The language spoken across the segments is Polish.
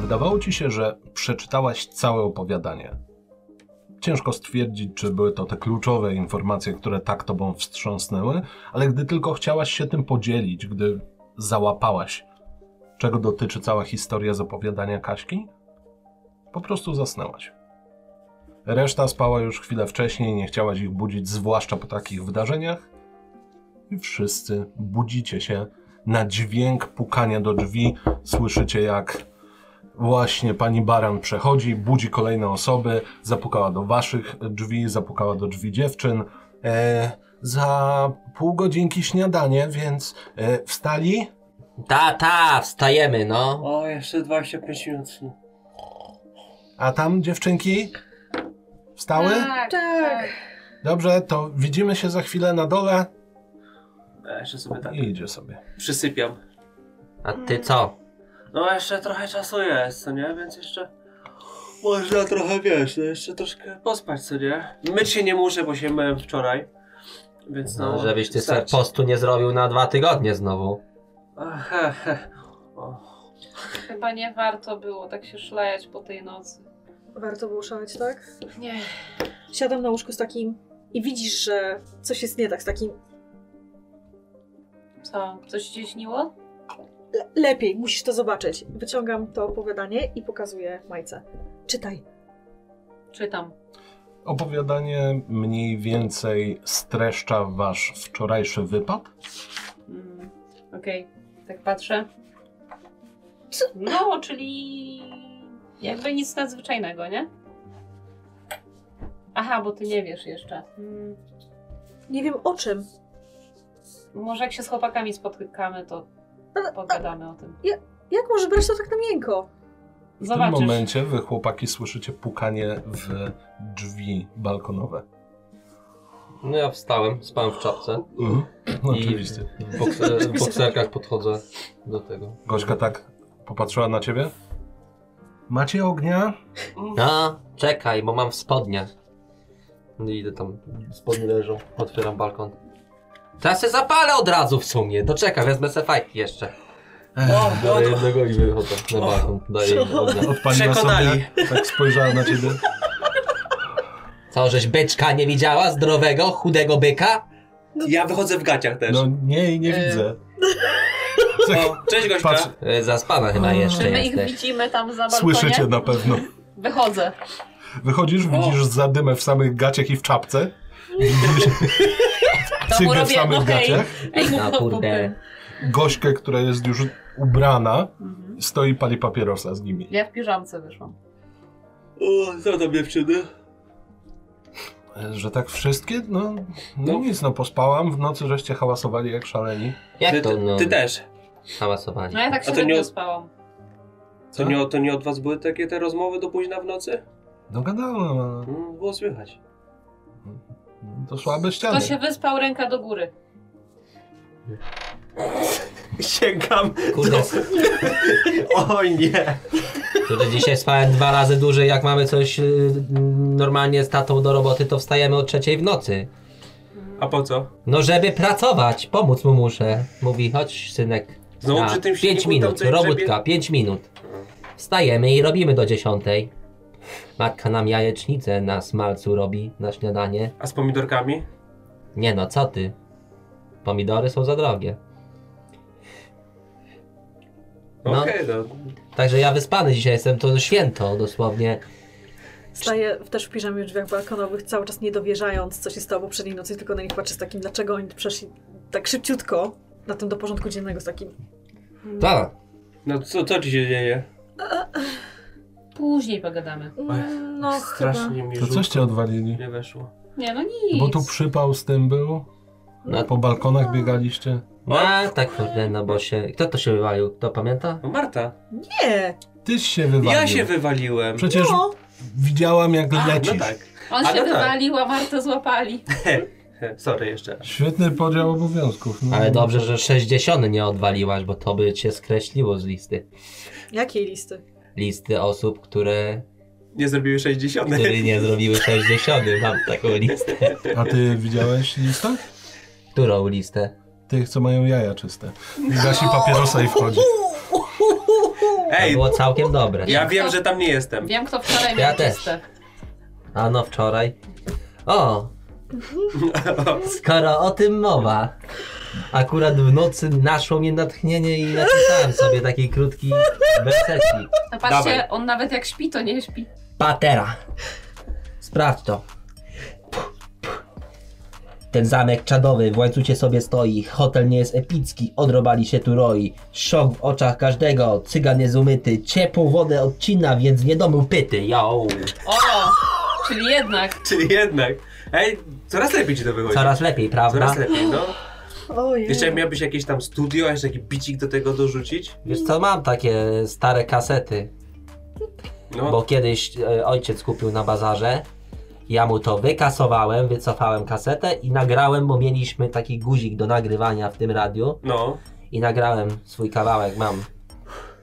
Wydawało ci się, że przeczytałaś całe opowiadanie. Ciężko stwierdzić, czy były to te kluczowe informacje, które tak tobą wstrząsnęły, ale gdy tylko chciałaś się tym podzielić, gdy załapałaś, czego dotyczy cała historia z opowiadania Kaśki, po prostu zasnęłaś. Reszta spała już chwilę wcześniej, nie chciałaś ich budzić, zwłaszcza po takich wydarzeniach. I wszyscy budzicie się na dźwięk pukania do drzwi. Słyszycie, jak właśnie pani Baran przechodzi, budzi kolejne osoby, zapukała do waszych drzwi, zapukała do drzwi dziewczyn. E, za pół godzinki śniadanie, więc e, wstali? Ta, ta, wstajemy, no. O, jeszcze 25 minut. snu. A tam dziewczynki? Wstały? Tak, tak. Dobrze, to widzimy się za chwilę na dole. Ja jeszcze sobie tak I idzie sobie. przysypiam. A ty co? No jeszcze trochę czasu jest, co nie? Więc jeszcze... Można trochę, wiesz, no jeszcze troszkę pospać, co nie? Myć się nie muszę, bo się myłem wczoraj. Więc no... No, żebyś ty sobie wystarczy. postu nie zrobił na dwa tygodnie znowu. Ach, he, he. O. Chyba nie warto było tak się szlejać po tej nocy. Warto było szaleć, tak? Nie. Siadam na łóżku z takim i widzisz, że coś jest nie tak z takim Co? Coś ci się śniło? le- lepiej, musisz to zobaczyć. Wyciągam to opowiadanie i pokazuję Majce. Czytaj. Czytam. Opowiadanie mniej więcej streszcza wasz wczorajszy wypad. Mm, Okej, tak patrzę. Co? No, czyli jakby nic nadzwyczajnego, nie? Aha, bo ty nie wiesz jeszcze. Mm, Nie wiem o czym. może jak się z chłopakami spotykamy, to Ale- pogadamy o tym. Jak może brać to tak na miękko? W Zobaczysz. tym momencie wy chłopaki słyszycie pukanie w drzwi balkonowe. No ja wstałem, spałem w czapce. No, I- oczywiście. W, bokse, w bokserkach podchodzę do tego. Gośka tak popatrzyła na ciebie. Macie ognia? A, No, czekaj, bo mam w spodnie. No i idę tam, spodnie leżą, otwieram balkon. Teraz się zapalę od razu w sumie, to czekaj, wezmę se fajki jeszcze. O, no Daję to... jednego i wychodzę na balkon, daję im ognia. Odpaliła Przekonali. sobie, tak spojrzała na ciebie. Co, żeś byczka nie widziała? Zdrowego, chudego byka? Ja wychodzę w gaciach też. No nie, nie E. widzę. Tak, O, cześć gośka. Patrz, Yy, zaspana chyba A. jeszcze Czy my ich jesteś. widzimy tam za balkonie? słyszycie na pewno. Wychodzę. Wychodzisz, widzisz zadymę w samych gaciach i w czapce. Widzisz To mu cygę w robię, samych no hej. gaciach. Ej, No no, kurde. Gośkę, która jest już ubrana, Mhm. stoi pali papierosa z nimi. Ja w piżamce wyszłam. O, co tam dziewczyny? E, Że tak wszystkie? No, no, No. nic, no pospałam. W nocy żeście hałasowali jak szaleni. Ty, Jak to, ty, no, ty też. hałasowanie. No ja tak A to średnio nie- spałam. To nie, to nie od was były takie te rozmowy do późna w nocy? No gadałem, ale Mm, było słychać. to słabe ściany. Kto się wyspał, ręka do góry. Sięgam. Kurde, No. O nie. Kurde, dzisiaj spałem dwa razy dłużej. Jak mamy coś y, normalnie z tatą do roboty, to wstajemy o trzeciej w nocy. A po co? No żeby pracować, pomóc mu muszę. Mówi, chodź synek. Znowu na przy tym pięć silniku tam minut, coś robótka, grzebie? pięć minut. Wstajemy i robimy do dziesiątej. Matka nam jajecznicę na smalcu robi na śniadanie. A z pomidorkami? Nie no, co ty? Pomidory są za drogie. No. Okej, no. Także ja wyspany dzisiaj jestem, to święto dosłownie. Staję w- też w piżamie w drzwiach balkonowych, cały czas niedowierzając, co się stało poprzedniej nocy, tylko na nich patrzę z takim, dlaczego oni przeszli tak szybciutko na tym do porządku dziennego, z takim Mm. Tak. No co, co ci się dzieje? Później pogadamy. mm, no chyba... Strasznie mi To żółtko coście odwalili? nie weszło. Nie, no nic. Bo tu przypał z tym był? No. Po balkonach biegaliście? No tak kurde, no bo się... Kto to się wywalił? Kto pamięta? No Marta, Nie! Tyś się wywalił. ja się wywaliłem. Przecież No! widziałam jak A, lecisz. no tak. On Ale tak. się wywalił, a Martę złapali. He, Sorry jeszcze. Świetny podział obowiązków. No. Ale dobrze, że 60 nie odwaliłaś, bo to by cię skreśliło z listy. Jakiej listy? Listy osób, które, Nie zrobiły 60. które nie zrobiły 60. Mam taką listę. A ty widziałeś listę? Którą listę? Tych, co mają jaja czyste. I Gasi papierosa i wchodzi. To Ej, było całkiem dobre. ja wiem, że tam nie jestem. Wiem, kto wczoraj Ja miał też. czyste. A no wczoraj. O, skoro o tym mowa. Akurat w nocy naszło mnie natchnienie i napisałem sobie taki krótki wersecik. No patrzcie, Dawaj. on nawet jak śpi, to nie śpi. Patera. Sprawdź to. Ten zamek czadowy w łańcucie sobie stoi, hotel nie jest epicki, odrobali się tu roi. Szok w oczach każdego, cygan jest umyty, ciepłą wodę odcina, więc nie domył pyty, yo. O! Czyli jednak. Czyli jednak. Ej, coraz lepiej ci to wychodzi. Coraz lepiej, prawda? Coraz lepiej, no. Ojej. Jeszcze jak miałbyś jakieś tam studio, jeszcze taki bicik do tego dorzucić? Wiesz co, mam takie stare kasety, No, bo kiedyś e, ojciec kupił na bazarze. Ja mu to wykasowałem, wycofałem kasetę i nagrałem, bo mieliśmy taki guzik do nagrywania w tym radiu. no. I nagrałem swój kawałek, mam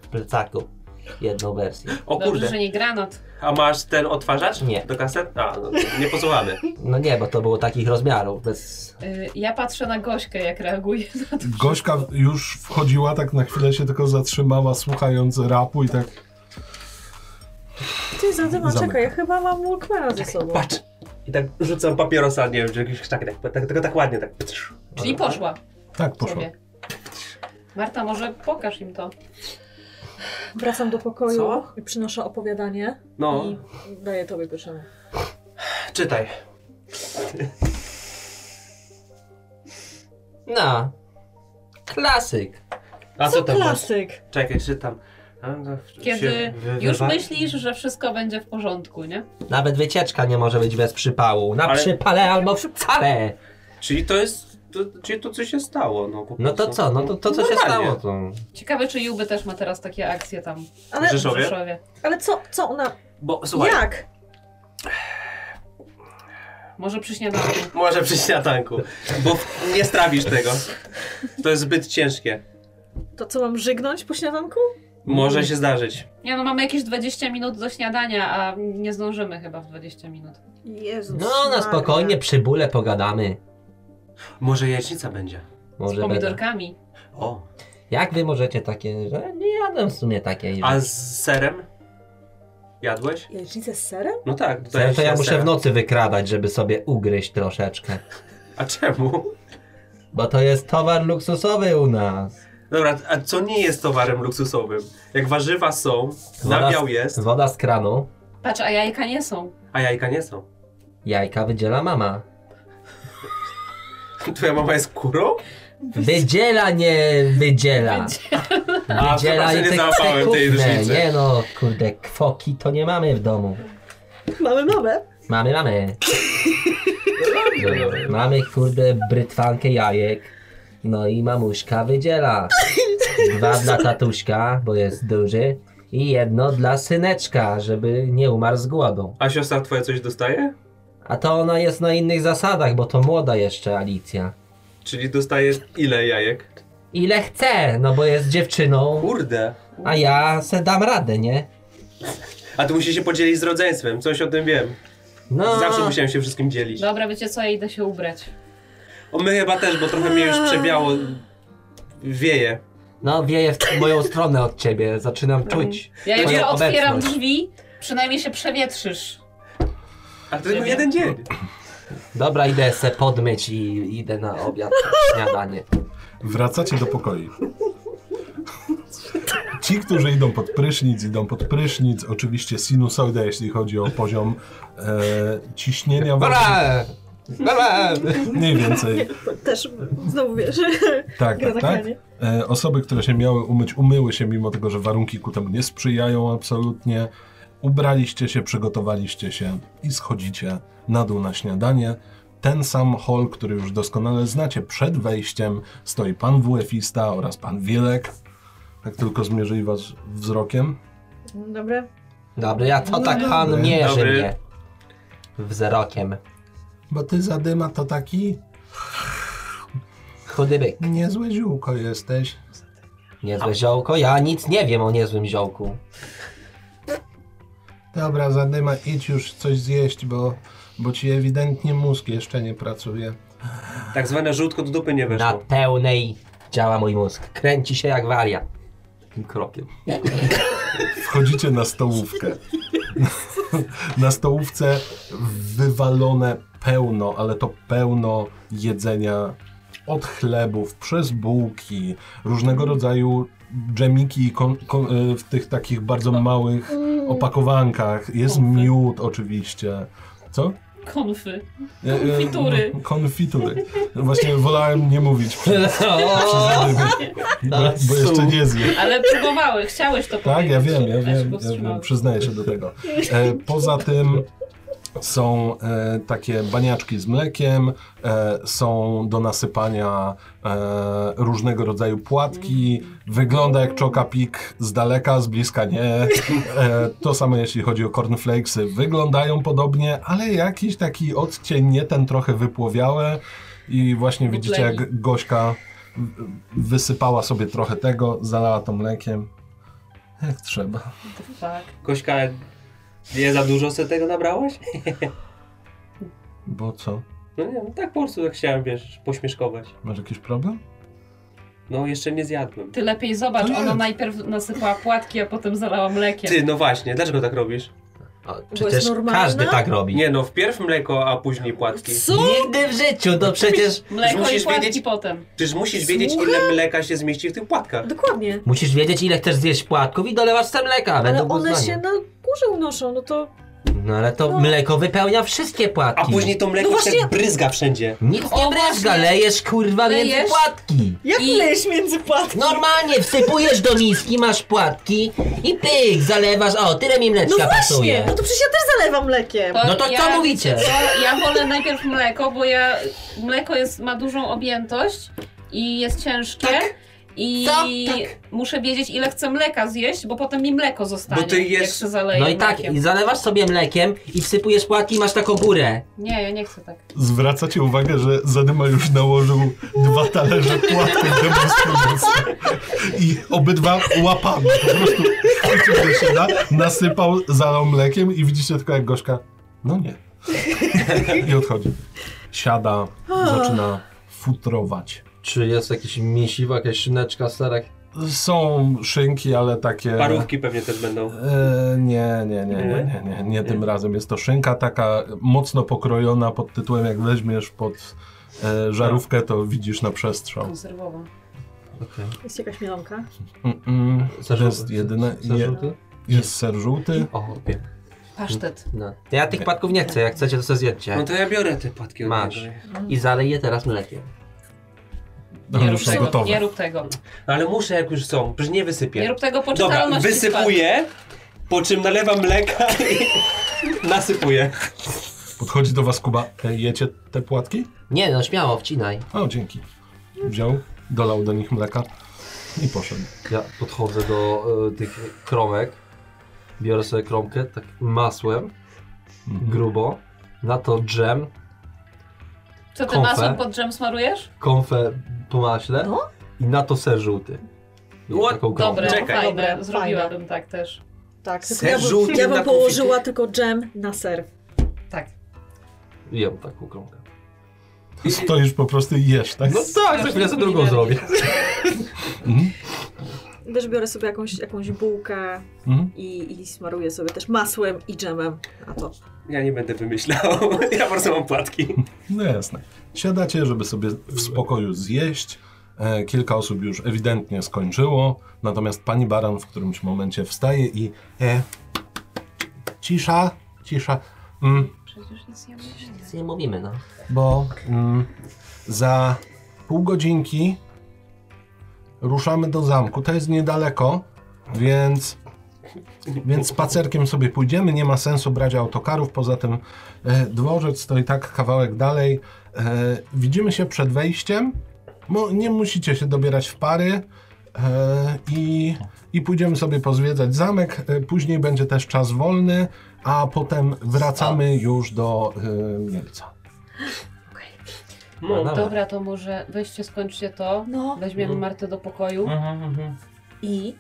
w plecaku jedną wersję. O Dobrze, kurde. że nie granat. A masz ten odtwarzacz? Nie. Do kaset? A, no, nie posłuchamy. No nie, bo to było takich rozmiarów, bez... Y, Ja patrzę na Gośkę, jak reaguje na to. Gośka już wchodziła, tak na chwilę się tylko zatrzymała, słuchając rapu i tak... Ty zadyma, Zamykam. czekaj, ja chyba mam Walkmana ze sobą. Patrz. I tak rzucam papierosa, nie wiem, czy jakiś krzak, tak, tak, tylko tak ładnie, tak. Czyli poszła Tak, poszło. sobie. Marta, może pokaż im to. Wracam do pokoju Co? i przynoszę opowiadanie No, i daję tobie pierwszemu. czytaj. No, klasyk. A co tam masz? klasyk? Czekaj, czytam. A, no, się Kiedy wy- już wyrwa- myślisz, że wszystko będzie w porządku, nie? Nawet wycieczka nie może być bez przypału. Na Ale- przypale albo wcale. Czyli to jest. To, czyli to, co się stało. No, po No to prostu. co, no to, to co się Normalnie. stało, to... Ciekawe, czy Juby też ma teraz takie akcje tam Ale, Rzesz- w Rzeszowie? Rzeszowie. ale co, co ona, Bo słuchaj, jak? Może przy śniadaniu. może przy śniadanku, bo w- nie strawisz tego. To jest zbyt ciężkie. To co, mam żygnąć po śniadanku? Może się zdarzyć. Nie no, mamy jakieś 20 minut do śniadania, a nie zdążymy chyba w 20 minut. Jezus No, na Maria. spokojnie, przy bóle pogadamy. Może jajecznica będzie. Z Może będę. pomidorkami. O, Jak wy możecie takie, że nie jadłem w sumie takiej. a że- z serem? Jadłeś? Jajecznicę z serem? No tak. dodajesz Zresztą to ja się muszę sera. w no- nocy wykradać, żeby sobie ugryźć troszeczkę. A czemu? Bo to jest towar luksusowy u nas. Dobra, a co nie jest towarem luksusowym? Jak warzywa są, No nabiał jest, Woda z kranu, Patrz, a jajka nie są. a jajka nie są. jajka wydziela mama. Twoja mama jest kurą? Wydziela, nie wydziela. A, Wydziela przepraszam, i nie te załapałem tej kufne. różnicy. Nie no, kurde, kwoki to nie mamy w domu. Mamy nowe. Mamy, mamy. Mamy, kurde, brytwankę jajek. No i mamuśka wydziela. Dwa dla tatuśka, bo jest duży. I jedno dla syneczka, żeby nie umarł z głodu. A siostra twoja coś dostaje? A to ona jest na innych zasadach, bo to młoda jeszcze Alicja. Czyli dostaje ile jajek? Ile chce, no bo jest dziewczyną, Kurde. a ja se dam radę, nie? A tu musi się podzielić z rodzeństwem, coś o tym wiem. No, Zawsze musiałem się wszystkim dzielić. Dobra, wiecie co, ja idę się ubrać. O, my chyba też, bo trochę mnie już przebiało. Wieje. no wieje w t- moją stronę od ciebie, zaczynam No. czuć. Ja twoją jutro otwieram obecność. drzwi, przynajmniej się przewietrzysz. A to tylko jeden dzień. Dobra, idę se podmyć i idę na obiad, śniadanie. Wracacie do pokoi. Ci, którzy idą pod prysznic, idą pod prysznic. Oczywiście sinusoida, jeśli chodzi o poziom e, ciśnienia. w- Dobra! Dobra! Mniej więcej. Też znowu wiesz. Tak, Gra tak, na tak. kranie. E, osoby, które się miały umyć, umyły się, mimo tego, że warunki ku temu nie sprzyjają absolutnie. Ubraliście się, przygotowaliście się i schodzicie na dół na śniadanie. Ten sam hol, który już doskonale znacie, przed wejściem stoi pan WF-ista oraz pan Wielek. Tak tylko zmierzyli was wzrokiem. Dobra. Dobry, ja to tak No. pan Dobry. mierzy Dobry. mnie. Wzrokiem. Bo ty zadyma to taki Chudy byk. niezłe ziółko jesteś. Niezłe ziołko, ja nic nie wiem o niezłym ziołku. Dobra, zadyma, idź już coś zjeść, bo, bo ci ewidentnie mózg jeszcze nie pracuje. Tak zwane żółtko do dupy nie Na weszło. pełnej działa mój mózg. Kręci się jak wariat. Tym krokiem. Wchodzicie na stołówkę. Na stołówce wywalone pełno, ale to pełno jedzenia od chlebów, przez bułki, różnego rodzaju dżemiki i kon, kon, y, w tych takich bardzo małych opakowankach. Jest miód oczywiście. Co? Konfy. Y, y, Konfitury. Konfitury. Właśnie wolałem nie mówić przy, O, bo, bo jeszcze nie zjem. Ale próbowały, chciałeś to Tak, powiedzieć. ja wiem, ja się wiem, ja wiem powstrzymałam. przyznaję się do tego. E, poza tym są e, takie baniaczki z mlekiem, e, są do nasypania e, różnego rodzaju płatki, wygląda jak czokapik z daleka, z bliska nie. E, to samo jeśli chodzi o cornflakesy, wyglądają podobnie, ale jakiś taki odcień, nie ten trochę wypłowiały i właśnie widzicie jak Gośka w- wysypała sobie trochę tego, zalała to mlekiem. Jak trzeba. To fakt. Kośka, nie za dużo sobie tego nabrałaś? Bo co? No nie, no tak po prostu tak chciałem, wiesz, pośmieszkować. Masz jakiś problem? No jeszcze nie zjadłem. Ty lepiej zobacz, To nie. ona najpierw nasypała płatki, a potem zalała mlekiem. Ty, no właśnie, dlaczego tak robisz? O, Bo Przecież jest normalna? każdy tak robi. Nie no, wpierw mleko, a później płatki. Co? Nigdy w życiu, no przecież Mleko i Musisz płatki wiedzieć- potem. Przecież musisz wiedzieć, ile mleka się zmieści w tych płatkach. Dokładnie. musisz wiedzieć ile chcesz zjeść płatków i dolewasz sobie mleka, Ale będą one poznania. się na górze unoszą, no to No ale to No. mleko wypełnia wszystkie płatki. A później to mleko No się właśnie- bryzga wszędzie. Nic nie O, brezga, właśnie. lejesz kurwa między Lejesz? płatki. jak I- leś między płatki? Normalnie wsypujesz do miski, masz płatki i pyk, zalewasz, o tyle mi mleczka No właśnie, pasuje. no to przecież ja też zalewam mlekiem. No to co mówicie? wiecie co, ja wolę najpierw mleko, bo ja mleko jest, ma dużą objętość i jest ciężkie. I Co? muszę wiedzieć, ile chcę mleka zjeść, bo potem mi mleko zostanie. Bo ty jesz- Jak się zaleje No i tak, mlekiem. i zalewasz sobie mlekiem i wsypujesz płatki i masz taką górę. Nie, ja nie chcę tak. Zwracacie uwagę, że Zadyma już nałożył dwa talerze płatków demonstracji i obydwa łapami po prostu chwycił do siebie, nasypał, zalał mlekiem i widzicie tylko jak Gośka, no nie. I odchodzi. Siada, zaczyna futrować. Czy jest jakiś misiwa, jakaś szyneczka, serek? Są szynki, ale E. takie... Parówki pewnie też będą. E, nie, nie, nie, nie, nie, nie, nie tym razem. Jest to szynka taka mocno pokrojona pod tytułem, jak weźmiesz pod e, żarówkę, to widzisz na przestrzał. Konserwowa. Jest jakaś mielonka? Mm-mm. Ser Jest żółty? jedyne, Ser je, żółty? jest ser żółty. O, wiem. Pasztet. No. Ja tych płatków nie chcę, jak chcecie to sobie No zjedźcie. to ja biorę te płatki od Masz. niego. I zalej je teraz mlekiem. Nie One No, już rób są tego, nie gotowe. rób tego. No ale muszę jak już są, przecież nie Nie wysypię. rób tego, poczytalność Dobra, ci spadnie. wysypuję, po czym nalewam mleka i nasypuję. Podchodzi do was Kuba. E, Jecie te płatki? Nie no, śmiało, wcinaj. O, dzięki. Wziął, dolał do nich mleka i poszedł. Ja podchodzę do e, tych kromek, biorę sobie kromkę tak masłem, grubo, na to dżem, Co ty Konfę. masłem pod dżem smarujesz? konfę po maśle No. i na to ser żółty. I What? taką kromkę. Dobre, Czekaj. fajne. Dobre, Zrobiłabym tak też. Tak, tylko Ser ja bym, żółty ja na bym położyła tylko dżem na ser. Tak. Jem taką kromkę. No Stoisz po prostu i jesz, tak? No tak, za chwilę sobie drugą zrobię. Mhm. Też biorę sobie jakąś, jakąś bułkę Mhm. i, i smaruję sobie też masłem i dżemem na to. Ja nie będę wymyślał, ja po prostu mam płatki. No jasne. Siadacie, żeby sobie w spokoju zjeść. E, kilka osób już ewidentnie skończyło, natomiast pani Baran w którymś momencie wstaje i... E, cisza, cisza. Mm, Przecież nic nie myślę. Nic nie mówimy, no. bo mm, za pół godzinki ruszamy do zamku. To jest niedaleko, więc, więc spacerkiem sobie pójdziemy. Nie ma sensu brać autokarów. Poza tym e, dworzec to i tak kawałek dalej. E, widzimy się przed wejściem. Mo, nie musicie się dobierać w pary. E, i, I pójdziemy sobie pozwiedzać zamek. E, Później będzie też czas wolny, a potem wracamy już do e, Mielca. No, No. dobra. Dobra, to może weźcie, skończcie to. No Weźmiemy Martę do Mhm. pokoju Mhm, i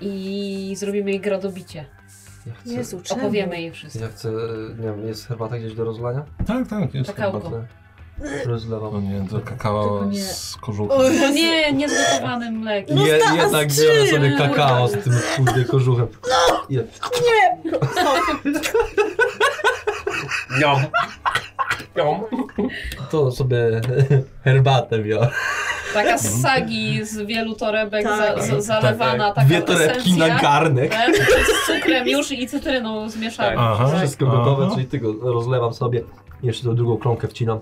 i zrobimy jej grodobicie. Ja chcę, e, Jezu, czemu? Opowiemy jej wszystko. ja chcę, nie wiem, jest herbata gdzieś do rozlania? Tak, tak, jest. Kakao. No. chyba. Herbata. O Rozlewam. nie, to kakao Tylko nie. z kożuchem. No nie, niezgotowanym mlekiem. No Je, sta- jednak z tak, biorę czym? sobie kakao z tym kurde kożuchem. No. Je. Niom. Niom. To sobie herbatę biorę. Taka z sagi z wielu torebek Tak. za, za, zalewana, taka Dwie torebki esencja. na garnek. Tak, Z cukrem już i cytryną zmieszana. Aha. Wszystko Aha. gotowe, czyli tego rozlewam sobie. Jeszcze tą drugą kromkę wcinam.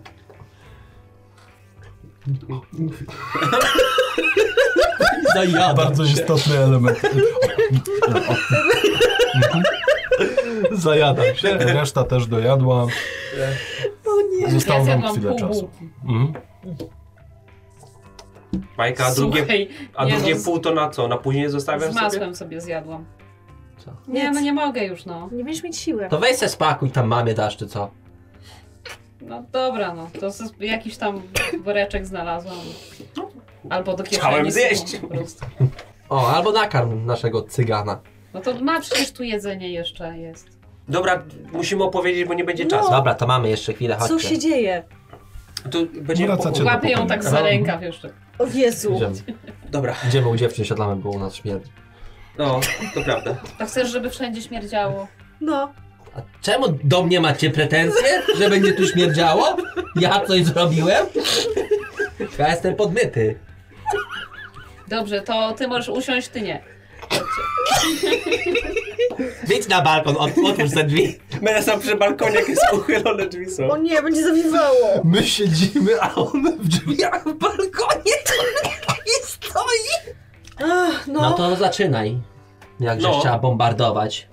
Zajadam Bardzo się. istotny element. Zajadam się. Reszta też dojadła. O No nie. Zostało ja wam zjadłam chwilę pół czasu. bułki. Mhm. Majka, a drugie, Słuchaj, a nie drugie no, z- pół to na co? Na później zostawiasz Z sobie? masłem sobie zjadłam. Co? Nie, no nie mogę już, no. Nie będziesz mieć siły. To weź se spakuj tam mamie dasz czy co? No dobra, no. To z- jakiś tam woreczek znalazłam. Albo do kieszeni. Chciałem są zjeść. po prostu. O, albo nakarm naszego cygana. No to ma przecież tu jedzenie jeszcze jest. Dobra, musimy opowiedzieć, bo nie będzie No. czasu. Dobra, to mamy jeszcze chwilę, Co chodźcie. się dzieje? To będzie Wracacie do- Łapię ją tak za Aha. rękaw jeszcze. O Jezu. Idziemy. Dobra, Idziemy u dziewczyn, siadamy, bo u nas śmierć. no, to prawda. To chcesz, żeby wszędzie śmierdziało. No. A czemu do mnie macie pretensje, że będzie tu śmierdziało? Ja coś zrobiłem? Ja jestem podmyty. Dobrze, to ty możesz usiąść, ty nie. Wyjdź na balkon, ot- otwórz te drzwi. Będę sam przy balkonie, jak jest uchylone drzwi są. O nie, będzie zawiewało. My siedzimy, a on w drzwiach w balkonie. Ach, no. No to zaczynaj. Jakże No. trzeba bombardować.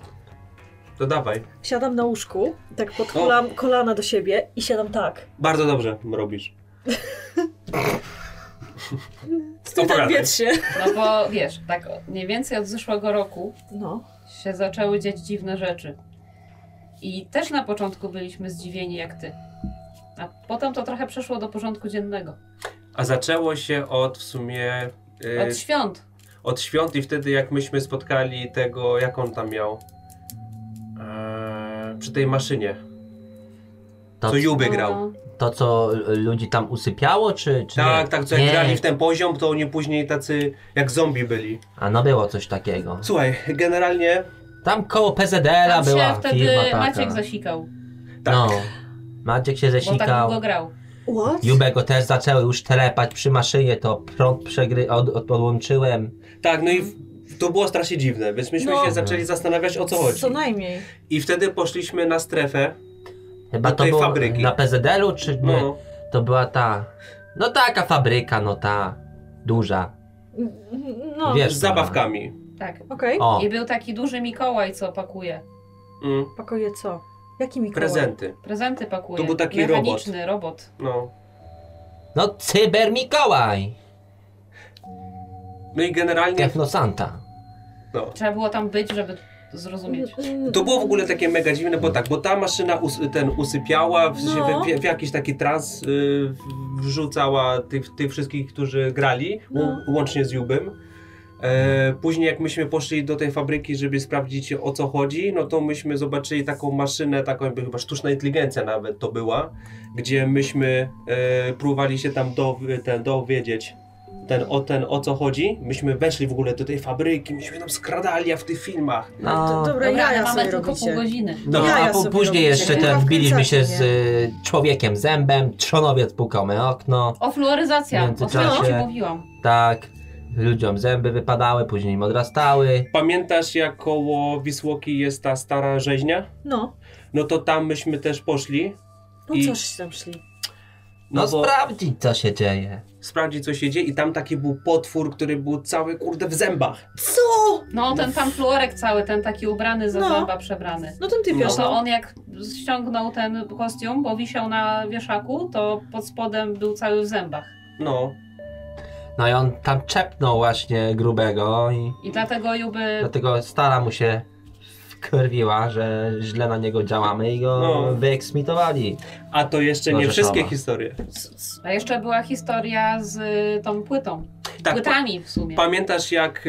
To dawaj. Siadam na łóżku, tak podkulam kolana do siebie i siadam tak. Bardzo dobrze robisz. Stój tak Opowiadaj. wietrze. No bo wiesz, tak o- mniej więcej od zeszłego roku No. się zaczęły dziać dziwne rzeczy. I też na początku byliśmy zdziwieni jak ty. A potem to trochę przeszło do porządku dziennego. A zaczęło się od w sumie... y, Od świąt. od świąt i wtedy jak myśmy spotkali tego, jak on tam miał eee, przy tej maszynie, To, co Juby No, grał. to co y, ludzi tam usypiało, czy, czy Tak, nie? tak, co jak Nie. grali w ten poziom, to oni później tacy jak zombie byli. A no było coś takiego. Słuchaj, generalnie Tam koło PZDL-a Tam się była wtedy firma taka. Maciek zasikał, tak. No. Maciek się bo tak zesikał. długo grał. What? Jubego też zaczęły już telepać przy maszynie, to prąd przegry... od, od, odłączyłem. tak, no i w- to było strasznie dziwne, więc myśmy No. się zaczęli zastanawiać o co chodzi. Co najmniej. I wtedy poszliśmy na strefę, Chyba Do to tej było fabryki. na PZDL-u, czy nie? no, To była ta... No taka fabryka, no ta... Duża. No. Wiesz, z co ona. zabawkami. Tak. Okej. O, I był taki duży Mikołaj, co pakuje. Mm, Pakuje co? Jaki Mikołaj? prezenty, Prezenty pakuje. To był taki Mechaniczny robot. no. no Cyber Mikołaj! No i generalnie, Tak. Technosanta. no. Trzeba było tam być, żeby zrozumieć. No, To było w ogóle takie mega dziwne, bo tak, bo ta maszyna us, ten usypiała, w, sensie No. w, w, w jakiś taki trans y, wrzucała tych, tych wszystkich, którzy grali, No. łą- łącznie z Jubem. E, później jak myśmy poszli do tej fabryki, żeby sprawdzić o co chodzi, no to myśmy zobaczyli taką maszynę, taką jakby chyba sztuczna inteligencja nawet to była, gdzie myśmy e, próbowali się tam do, ten, dowiedzieć ten, o, ten, o co chodzi. Myśmy weszli w ogóle do tej fabryki, myśmy tam skradali jak w tych filmach. To- No, Dobra, Dobra, jaja mamy sobie tylko pół robicie. godziny. no jaja a po, sobie później robicie. jeszcze Chyba ten, wbiliśmy się z wkręcacie, y, człowiekiem zębem, trzonowiec pukał me okno, O, fluoryzacja. W O tym ci międzyczasie- mówiłam. tak, ludziom zęby wypadały, później im odrastały. Pamiętasz, jak koło Wisłoki jest ta stara rzeźnia? No. No to tam myśmy też poszli. No I- coż tam szli. No, bo sprawdzić co się dzieje. sprawdzić, co się dzieje. I tam taki był potwór, który był cały kurde w zębach. Co? No, ten tam fluorek cały, ten taki ubrany za No. zęba przebrany. No ten ty No wiesz, to no. on jak ściągnął ten kostium, bo wisiał na wieszaku, to pod spodem był cały w zębach. No. No i on tam czepnął właśnie grubego i I dlatego Juby... dlatego stara mu się wkurwiła, że źle na niego działamy i go No. wyeksmitowali. A to jeszcze nie Boże, wszystkie No, sama. historie. A jeszcze była historia z y, tą płytą. Tak, pa- Płytami w sumie. pamiętasz, jak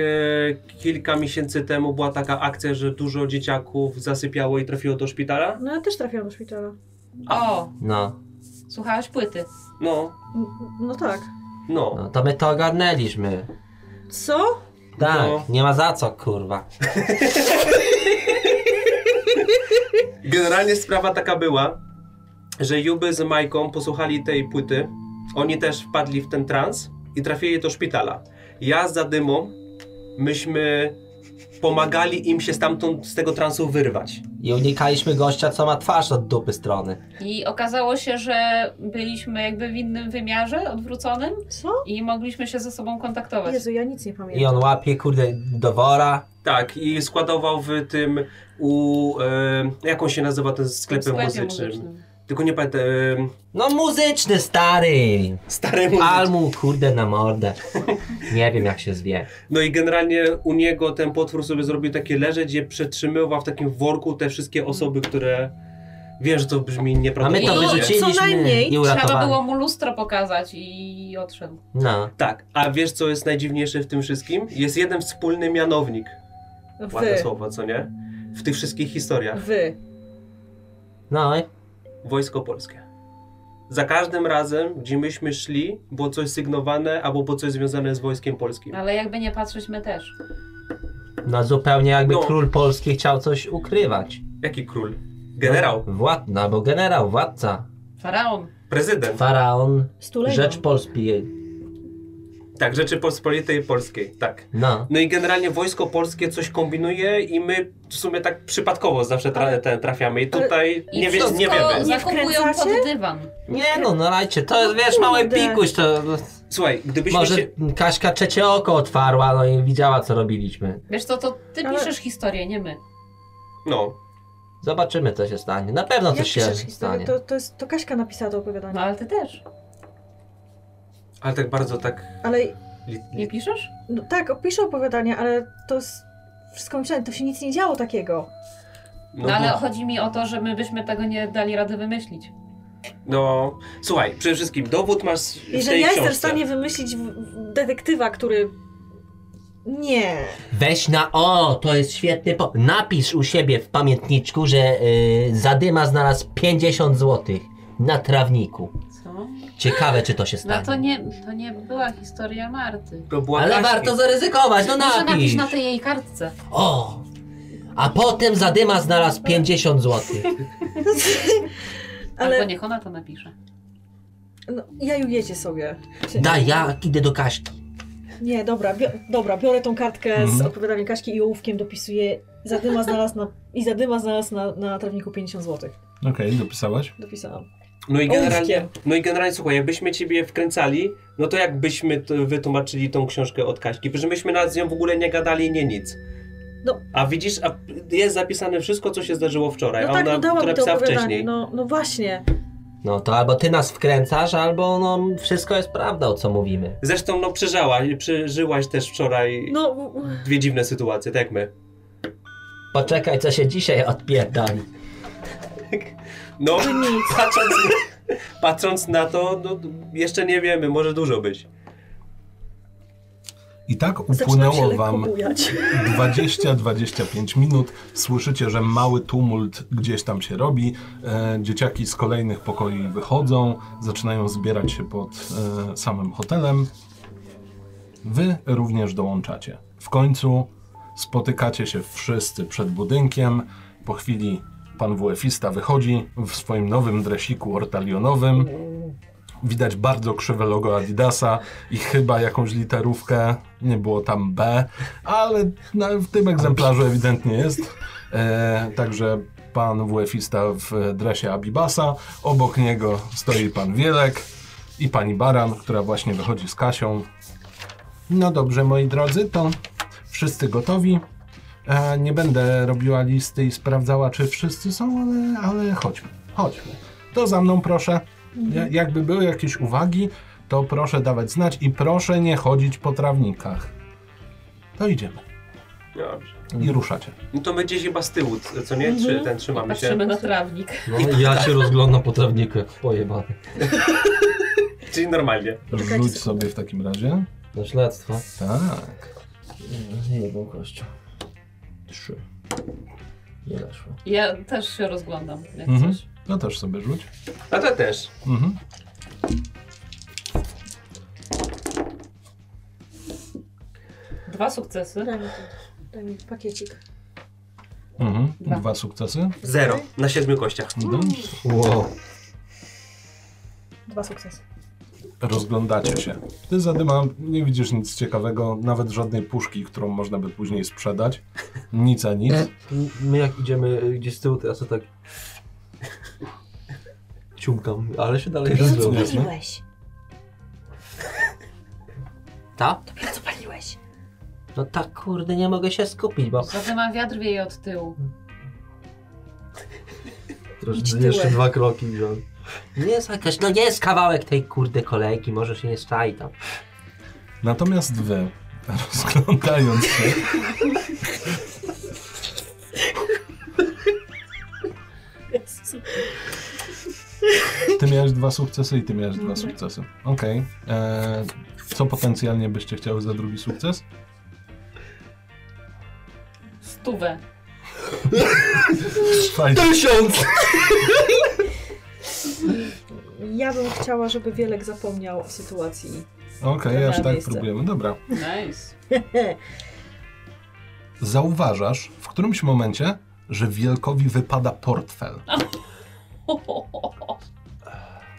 e, kilka miesięcy temu była taka akcja, że dużo dzieciaków zasypiało i trafiło do szpitala? No ja też trafiłam do szpitala. O, No, Słuchałaś płyty. No, N- No tak. no. No to my to ogarnęliśmy. Co? Tak, No. nie ma za co, kurwa. Generalnie sprawa taka była, że Juby z Majką posłuchali tej płyty. Oni też wpadli w ten trans i trafili do szpitala. Ja za dymą, myśmy pomagali im się stamtąd z tego transu wyrwać. I unikaliśmy gościa, co ma twarz od dupy strony. I okazało się, że byliśmy jakby w innym wymiarze, odwróconym Co? i mogliśmy się ze sobą kontaktować. Jezu, ja nic nie I pamiętam. on łapie, kurde, do wora. Tak, i składował w tym u... E, jak on się nazywa ten sklep sklepie muzyczny? Tylko nie pamiętam. E, No muzyczny, stary! stare muzy- Almu, kurde, na mordę. Nie wiem, jak się zwie. No i generalnie u niego ten potwór sobie zrobił takie leże, gdzie przetrzymywał w takim worku te wszystkie osoby, które... Wiesz, że to brzmi A my nieprawdopodobnie. to No, co wyrzuciliśmy najmniej i Trzeba uratowaliśmy. było mu lustro pokazać i odszedł. No. Tak, a wiesz co jest najdziwniejsze w tym wszystkim? Jest jeden wspólny mianownik. Ładne Wy. słowo, co nie? W tych wszystkich historiach. Wy. No, Wojsko Polskie. Za każdym razem, gdzie myśmy szli, było coś sygnowane albo było coś związane z Wojskiem Polskim. Ale jakby nie patrzeć, my też. no zupełnie jakby No. król polski chciał coś ukrywać. Jaki król? Generał, Władca, no, bo generał, władca. Faraon. prezydent. Faraon, Stulejną. Rzeczpospolitej. Tak, Rzeczypospolitej Polskiej, tak. No. No i generalnie Wojsko Polskie coś kombinuje i my w sumie tak przypadkowo zawsze tra- ten trafiamy. I tutaj I nie, wie- wszystko nie wiemy. zakupują pod Zakręcacie? dywan. Nie no, no rajcie, to jest, wiesz, mały Kurde. pikuś, to... Słuchaj, gdybyśmy Może się... Kaśka trzecie oko otwarła, no i widziała, co robiliśmy. Wiesz co, to ty Ale- piszesz historię, nie my. No, Zobaczymy, co się stanie. Na pewno Jak coś się piszesz historię? stanie. To, to, jest, to Kaśka napisała to opowiadanie. No ale ty też. ale tak bardzo tak... Ale Li- Nie piszesz? no, tak, opiszę opowiadanie, ale to jest wszystko myślałem, to się nic nie działo takiego. no, No ale bo- chodzi mi o to, że my byśmy tego nie dali rady wymyślić. No, słuchaj, przede wszystkim dowód masz w Jeżeli tej ja jestem książce. w stanie wymyślić w, w detektywa, który... Nie. Weź na o, to jest świetny po... Napisz u siebie w pamiętniczku, że y, Zadyma znalazł 50 złotych na trawniku. Co? Ciekawe, czy to się stanie. No to nie, to nie była historia Marty. To była Ale Kaśki. warto zaryzykować, no Może napisz napisz. na tej jej kartce. O! A potem Zadyma znalazł 50 złotych. Ale Albo niech ona to napisze. no, jajujecie sobie. Daj, ja idę do Kaśki. Nie, dobra, bio, dobra, biorę tą kartkę z Mhm. opowiadaniem Kaśki i ołówkiem dopisuję. Zadyma znalazł na, I zadyma znalazł na, na trawniku 50 zł. Okej, dopisałeś? Dopisałam. No i, generalnie, Ołówkiem. no i generalnie, słuchaj, jakbyśmy ciebie wkręcali, no to jakbyśmy t- wytłumaczyli tą książkę od Kaśki, że myśmy nad nią w ogóle nie gadali, nie nic. No. A widzisz, a jest zapisane wszystko, co się zdarzyło wczoraj, No a tak, ona, no dała która mi to pisała opowiadanie. wcześniej. No, no właśnie. No to albo ty nas wkręcasz, albo no wszystko jest prawdą, co mówimy. Zresztą, no przeżała, przeżyłaś też wczoraj No, w- dwie dziwne sytuacje, tak jak my. Poczekaj, co się dzisiaj odpierdoli. No, nic. patrząc, patrąc na to, no, jeszcze nie wiemy, może dużo być. I tak zaczynam się upłynęło lekko wam bujać. 20-25 minut. Słyszycie, że mały tumult gdzieś tam się robi. E, dzieciaki z kolejnych pokoi wychodzą, zaczynają zbierać się pod e, samym hotelem. Wy również dołączacie. W końcu spotykacie się wszyscy przed budynkiem. Po chwili pan WF-ista wychodzi w swoim nowym dresiku ortalionowym. Widać bardzo krzywe logo Adidasa i chyba jakąś literówkę, nie było tam B, ale na, w tym egzemplarzu ewidentnie jest. E, także pan WF-ista w dresie Abibasa, obok niego stoi pan Wielek i pani Baran, która właśnie wychodzi z Kasią. No dobrze, moi drodzy, to wszyscy gotowi. E, nie będę robiła listy i sprawdzała, czy wszyscy są, ale, ale chodźmy, chodźmy. To za mną proszę. Ja, jakby były jakieś uwagi, to proszę dawać znać i proszę nie chodzić po trawnikach. To idziemy. Dobrze. I ruszacie. No to my gdzieś chyba z tyłu, co nie? Mhm. Czy ten trzymamy się? Patrzymy na trawnik. No, ja się rozglądam po trawniku, jak pojebany. Czyli normalnie. Czekajcie Rzuć sekundę. sobie w takim razie. Do śledztwa. Tak. Jedną kością. Trzy. Nie weszło. Ja też się rozglądam, jak Mhm. coś. No też sobie rzuć. A No to też. Mhm. Dwa sukcesy. Daj mi, daj mi pakiecik. Mhm. Dwa. Dwa sukcesy. Zero. Na siedmiu kościach. Mhm. Wow. Dwa sukcesy. Rozglądacie się. Ty zadyma, nie widzisz nic ciekawego, nawet żadnej puszki, którą można by później sprzedać. Nic a nic. My jak idziemy y, gdzieś z tyłu, to ja sobie tak... Ciumkam, ale się dalej rozumiem. Zapaliłeś. Ta? Dopiero co paliłeś? No tak, kurde, nie mogę się skupić, bo... Zatem ma wiatr wieje od tyłu. Idź Troszkę tyłem. jeszcze dwa kroki wziąłem. Jest jakaś, no jest kawałek tej kurde kolejki, może się nie szczaj tam. Natomiast wy, rozglądając się, ty miałeś dwa sukcesy i ty miałeś dwa sukcesy. Okej. Eee, Co potencjalnie byście chciały za drugi sukces? Stówę. Słuchaj, Tysiąc! Ja bym chciała, żeby Wielek zapomniał o sytuacji. Okej, Dobra, aż tak miejsce. próbujemy. Dobra. Nice. Zauważasz w którymś momencie, że Wielkowi wypada portfel.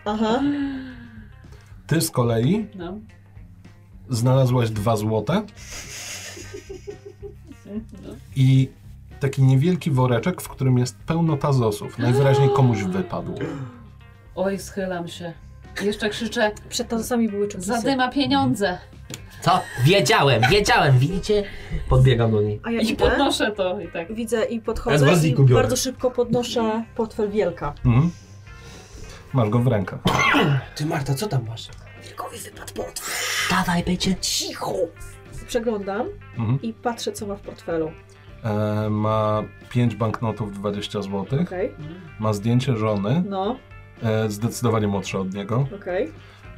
Aha. Ty z kolei No. znalazłaś dwa złote No. i taki niewielki woreczek, w którym jest pełno tazosów. Najwyraźniej komuś wypadł. Oj, schylam się. Jeszcze krzyczę, Przed tazosami były czymś. zadyma pieniądze. Co? Wiedziałem, wiedziałem, widzicie? Podbiegam do niej. A ja I idę, podnoszę to i tak. widzę i Ja z podchodzę i Baziku biorę. bardzo szybko podnoszę portfel Wielka. Mhm. Masz go w rękach. Ty Marta, co tam masz? Dawaj, będzie cicho. Przeglądam Mhm. i patrzę, co ma w portfelu. E, ma 5 banknotów 20 zł. Okej? Ma zdjęcie żony, No, e, zdecydowanie młodsze od niego. okej.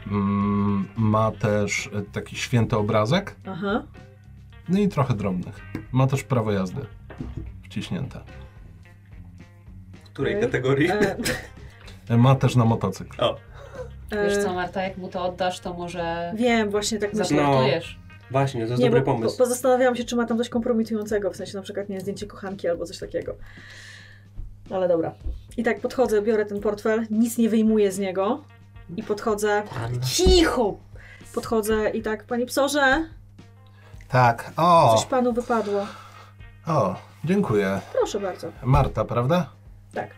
Mm, ma też e, taki święty obrazek, Aha. no i trochę drobnych. Ma też prawo jazdy wciśnięte. W której Okej. kategorii? E, E, ma też na motocykl. O, e, Wiesz co, Marta, jak mu to oddasz, to może Wiem, właśnie tak No. myślę. zaportujesz. właśnie, to jest Nie, dobry bo, pomysł. Po, bo zastanawiałam się, czy ma tam coś kompromitującego, w sensie na przykład nie wiem, zdjęcie kochanki albo coś takiego. Ale dobra. I tak podchodzę, biorę ten portfel, nic nie wyjmuję z niego i podchodzę. Cicho! Podchodzę i tak, panie psorze, Tak, o, coś panu wypadło. o, dziękuję. Proszę bardzo. Marta, prawda? Tak,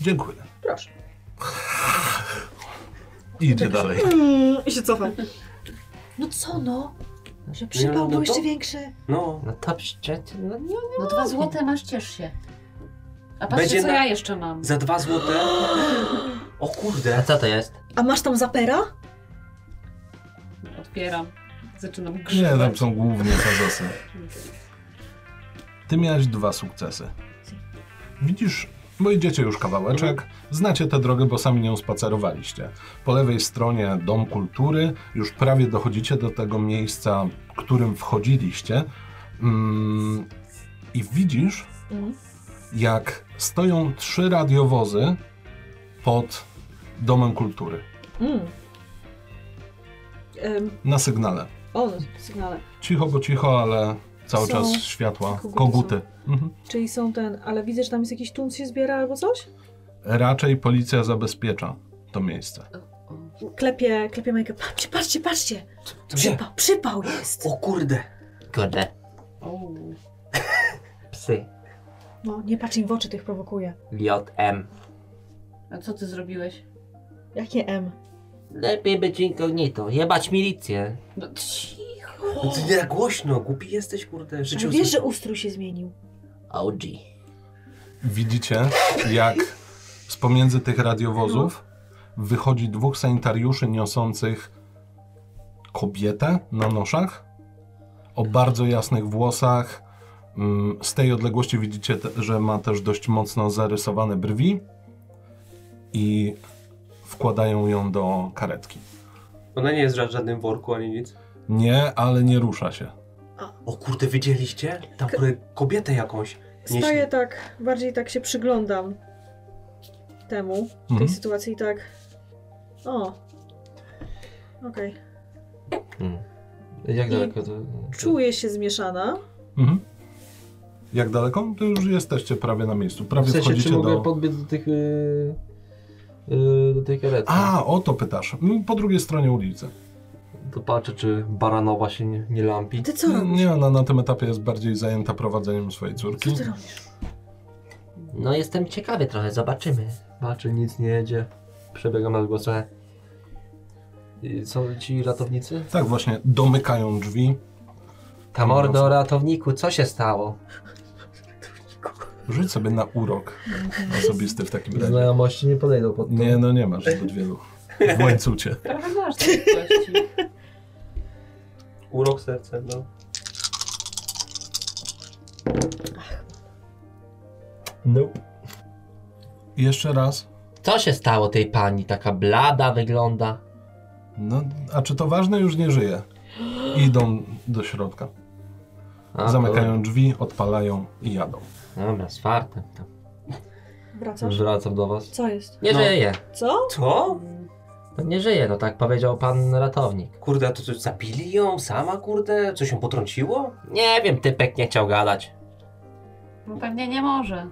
Dziękuję. proszę. Idzie dalej. Mm, I się cofam. No co no? Że no, przypał no był to- jeszcze większy. No, No to przecież, no nie, No dwa złote masz, ciesz się. A patrzcie, Będzie co na- ja jeszcze mam. za dwa złote. O A kurde. co to jest? A masz tam zapera? Otwieram. Zaczynam Nie, no, grzebać. tam są głównie tazosy. Ty miałeś dwa sukcesy. Widzisz, bo idziecie już kawałeczek, znacie tę drogę, bo sami nią spacerowaliście. Po lewej stronie Dom Kultury, już prawie dochodzicie do tego miejsca, którym wchodziliście. Mm, I widzisz, Mhm. jak stoją trzy radiowozy pod Domem Kultury Mm. Em, na sygnale. o, no, sygnale. Cicho, bo cicho, ale cały Są czas światła, koguty koguty. Mhm. Czyli są ten, ale widzę, że tam jest jakiś tun się zbiera albo coś? Raczej policja zabezpiecza to miejsce. Klepie, klepie Majkę. Patrzcie, patrzcie, patrzcie! To gdzie? Przypał, przypał jest! O kurde. Kurde, Uuu. psy, No, nie patrz im w oczy, tych prowokuje. JM. A co ty zrobiłeś? Jakie M? Lepiej być inkognito, jebać milicję. No, cicho. No ty nie tak głośno, głupi jesteś kurde. Życie Ale wiesz, że ustrój się zmienił. OG. Widzicie, jak z pomiędzy tych radiowozów wychodzi dwóch sanitariuszy niosących kobietę na noszach o bardzo jasnych włosach. Mm, Z tej odległości widzicie, te- że ma też dość mocno zarysowane brwi i wkładają ją do karetki. Ona nie jest w ża- żadnym worku ani nic. Nie, ale nie rusza się. O kurde, widzieliście? Tam kurde, kobietę jakąś. Staję tak, bardziej tak się przyglądam. temu w tej Mhm. sytuacji i tak. O. Okej. Jak I daleko to... Czuję się zmieszana. Mhm. Jak daleko? To już jesteście prawie na miejscu. Prawie W sensie, wchodzicie czy mogę do... podbiec do tych... Yy, yy, do tej karetki? A, o to pytasz. Mm, Po drugiej stronie ulicy. To patrzę, czy Baranowa się nie, nie lampi. Ty co robisz? Nie, ona na tym etapie jest bardziej zajęta prowadzeniem swojej Co córki. ty robisz? No jestem ciekawy trochę, zobaczymy. Patrzę, nic nie jedzie. Przebiegam na drugą stronę. I są ci ratownicy? Tak właśnie, domykają drzwi. Ta mordo ratowniku, co się stało? Rzuć sobie na urok osobisty w takim razie. Znajomości nie podejdą pod to. Nie, no nie masz zbyt wielu. W łańcucie. Trochę masz tych kości. Urok serce, no. Nope. Jeszcze raz. Co się stało tej pani? Taka blada wygląda. No, a czy to ważne? Już nie żyje. Idą do środka. A, Zamykają drzwi, odpalają i jadą. kur- Dobra, z fartem. tam. Wracasz? Wracam do was. Co jest? Nie No. żyje. Co? Co? No nie żyje, no tak powiedział pan ratownik. Kurde, a to coś zabili ją sama, kurde? Coś ją potrąciło? Nie wiem, typek nie chciał gadać. No pewnie nie może.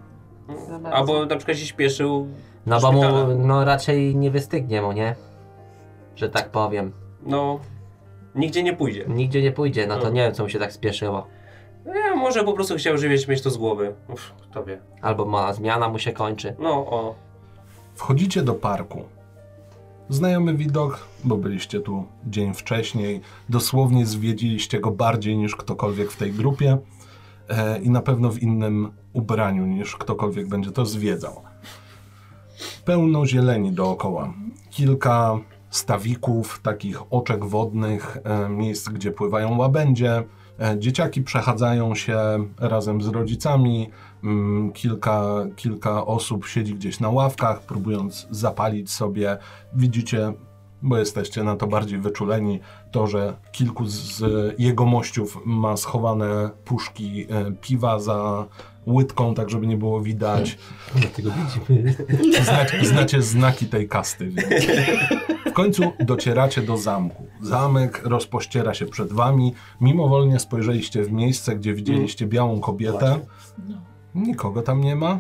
Za bardzo. Albo na przykład się śpieszył. No bo mu, Szpitala. no raczej nie wystygnie mu, nie? Że tak powiem. No, nigdzie nie pójdzie. Nigdzie nie pójdzie, no to Mm. nie wiem, co mu się tak spieszyło. Nie, może po prostu chciał żywieć, mieć to z głowy. Uff, kto wie. Albo ma zmiana mu się kończy. No, o. Wchodzicie do parku. Znajomy widok, bo byliście tu dzień wcześniej. Dosłownie zwiedziliście go bardziej niż ktokolwiek w tej grupie e, i na pewno w innym ubraniu niż ktokolwiek będzie to zwiedzał. Pełno zieleni dookoła. Kilka stawików, takich oczek wodnych, e, miejsc, gdzie pływają łabędzie. E, Dzieciaki przechadzają się razem z rodzicami, Mm, Kilka, kilka osób siedzi gdzieś na ławkach, próbując zapalić sobie. Widzicie, bo jesteście na to bardziej wyczuleni, to, że kilku z jegomościów ma schowane puszki e, piwa za łydką, tak żeby nie było widać. Dlatego widzimy. Znacie, znacie znaki tej kasty. Więc. W końcu docieracie do zamku. Zamek rozpościera się przed wami. Mimowolnie spojrzeliście w miejsce, gdzie widzieliście białą kobietę. Nikogo tam nie ma.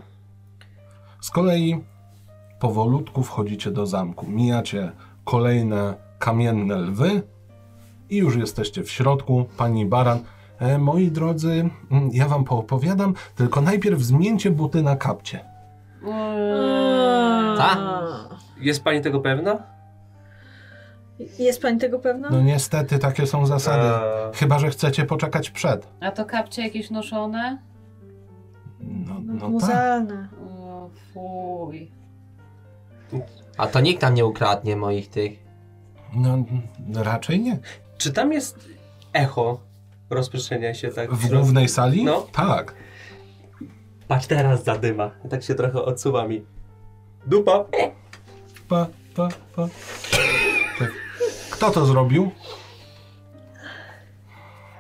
Z kolei powolutku wchodzicie do zamku. Mijacie kolejne kamienne lwy i już jesteście w środku. Pani Baran, e, moi drodzy, mm, ja wam poopowiadam, tylko najpierw zmieńcie buty na kapcie. E, Eee. A. Jest pani tego pewna? Jest pani tego pewna? No niestety, takie są zasady. Eee, Chyba, że chcecie poczekać przed. A to kapcie jakieś noszone? No, No, no tak. Muzealne. O, fuj. A to nikt tam nie ukradnie moich tych. No, n- raczej nie. czy tam jest echo rozprzestrzenia się tak? W środku? głównej sali? No. Tak. Patrz teraz zadyma. Tak się trochę odsuwa mi. Dupa. Pa, pa, pa. Tak. Kto to zrobił?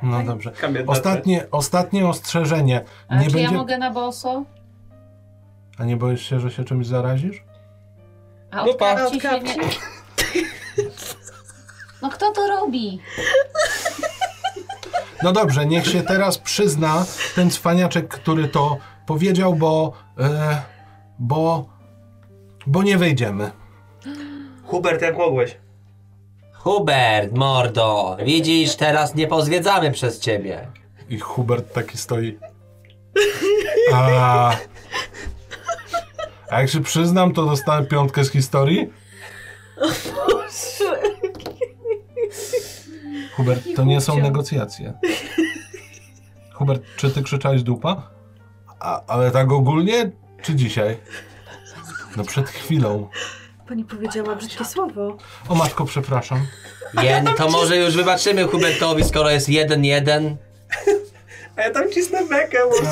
No dobrze. Kamienna Ostatnie, ostatnie ostrzeżenie. Tak. A Nie czy ja będzie... mogę na boso? A nie boisz się, że się czymś zarazisz? A Dupa. od kapci A się od nie... No kto to robi? No dobrze, niech się teraz przyzna ten cwaniaczek, który to powiedział, bo... E, bo... Bo nie wejdziemy. Hubert, jak mogłeś? Hubert, mordo! Widzisz, teraz nie pozwiedzamy przez ciebie. I Hubert taki stoi. A, a jak się przyznam, to dostałem piątkę z historii. Hubert, to nie są chłopcio. negocjacje. Hubert, czy ty krzyczałeś dupa? A, ale tak ogólnie, czy dzisiaj? No przed chwilą. Pani powiedziała brzydkie słowo. O matko, przepraszam. Jed, to może już wybaczymy Hubertowi, skoro jest jeden jeden. A ja tam cisnę bekę, bo...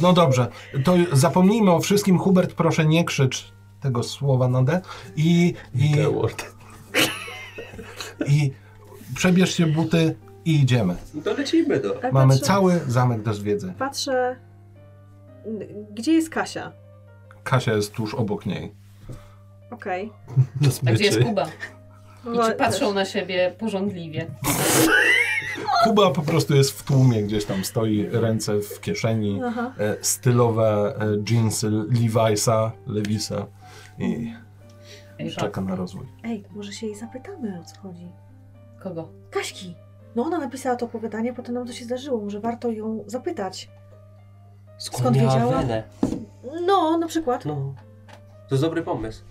No dobrze, to zapomnijmy o wszystkim. Hubert, proszę nie krzycz tego słowa na D. I, i, i przebierz się buty i idziemy. To lecimy no. do... Ale Mamy patrzę- cały zamek do zwiedzenia. Patrzę. N- Gdzie jest Kasia? Kasia jest tuż obok niej. Okej. no A gdzie jest Kuba? I No, czy patrzą też. na siebie pożądliwie? Kuba po prostu jest w tłumie, gdzieś tam stoi, ręce w kieszeni, Aha. e, stylowe e, jeansy Levi'sa, Levisa i tak. Ej, czeka na rozwój. Ej, może się jej zapytamy o co chodzi. Kogo? Kaśki! No ona napisała to opowiadanie, potem nam to się zdarzyło. Może warto ją zapytać. Skąd miała wiedziała? wenę? No, na przykład. No. To jest dobry pomysł.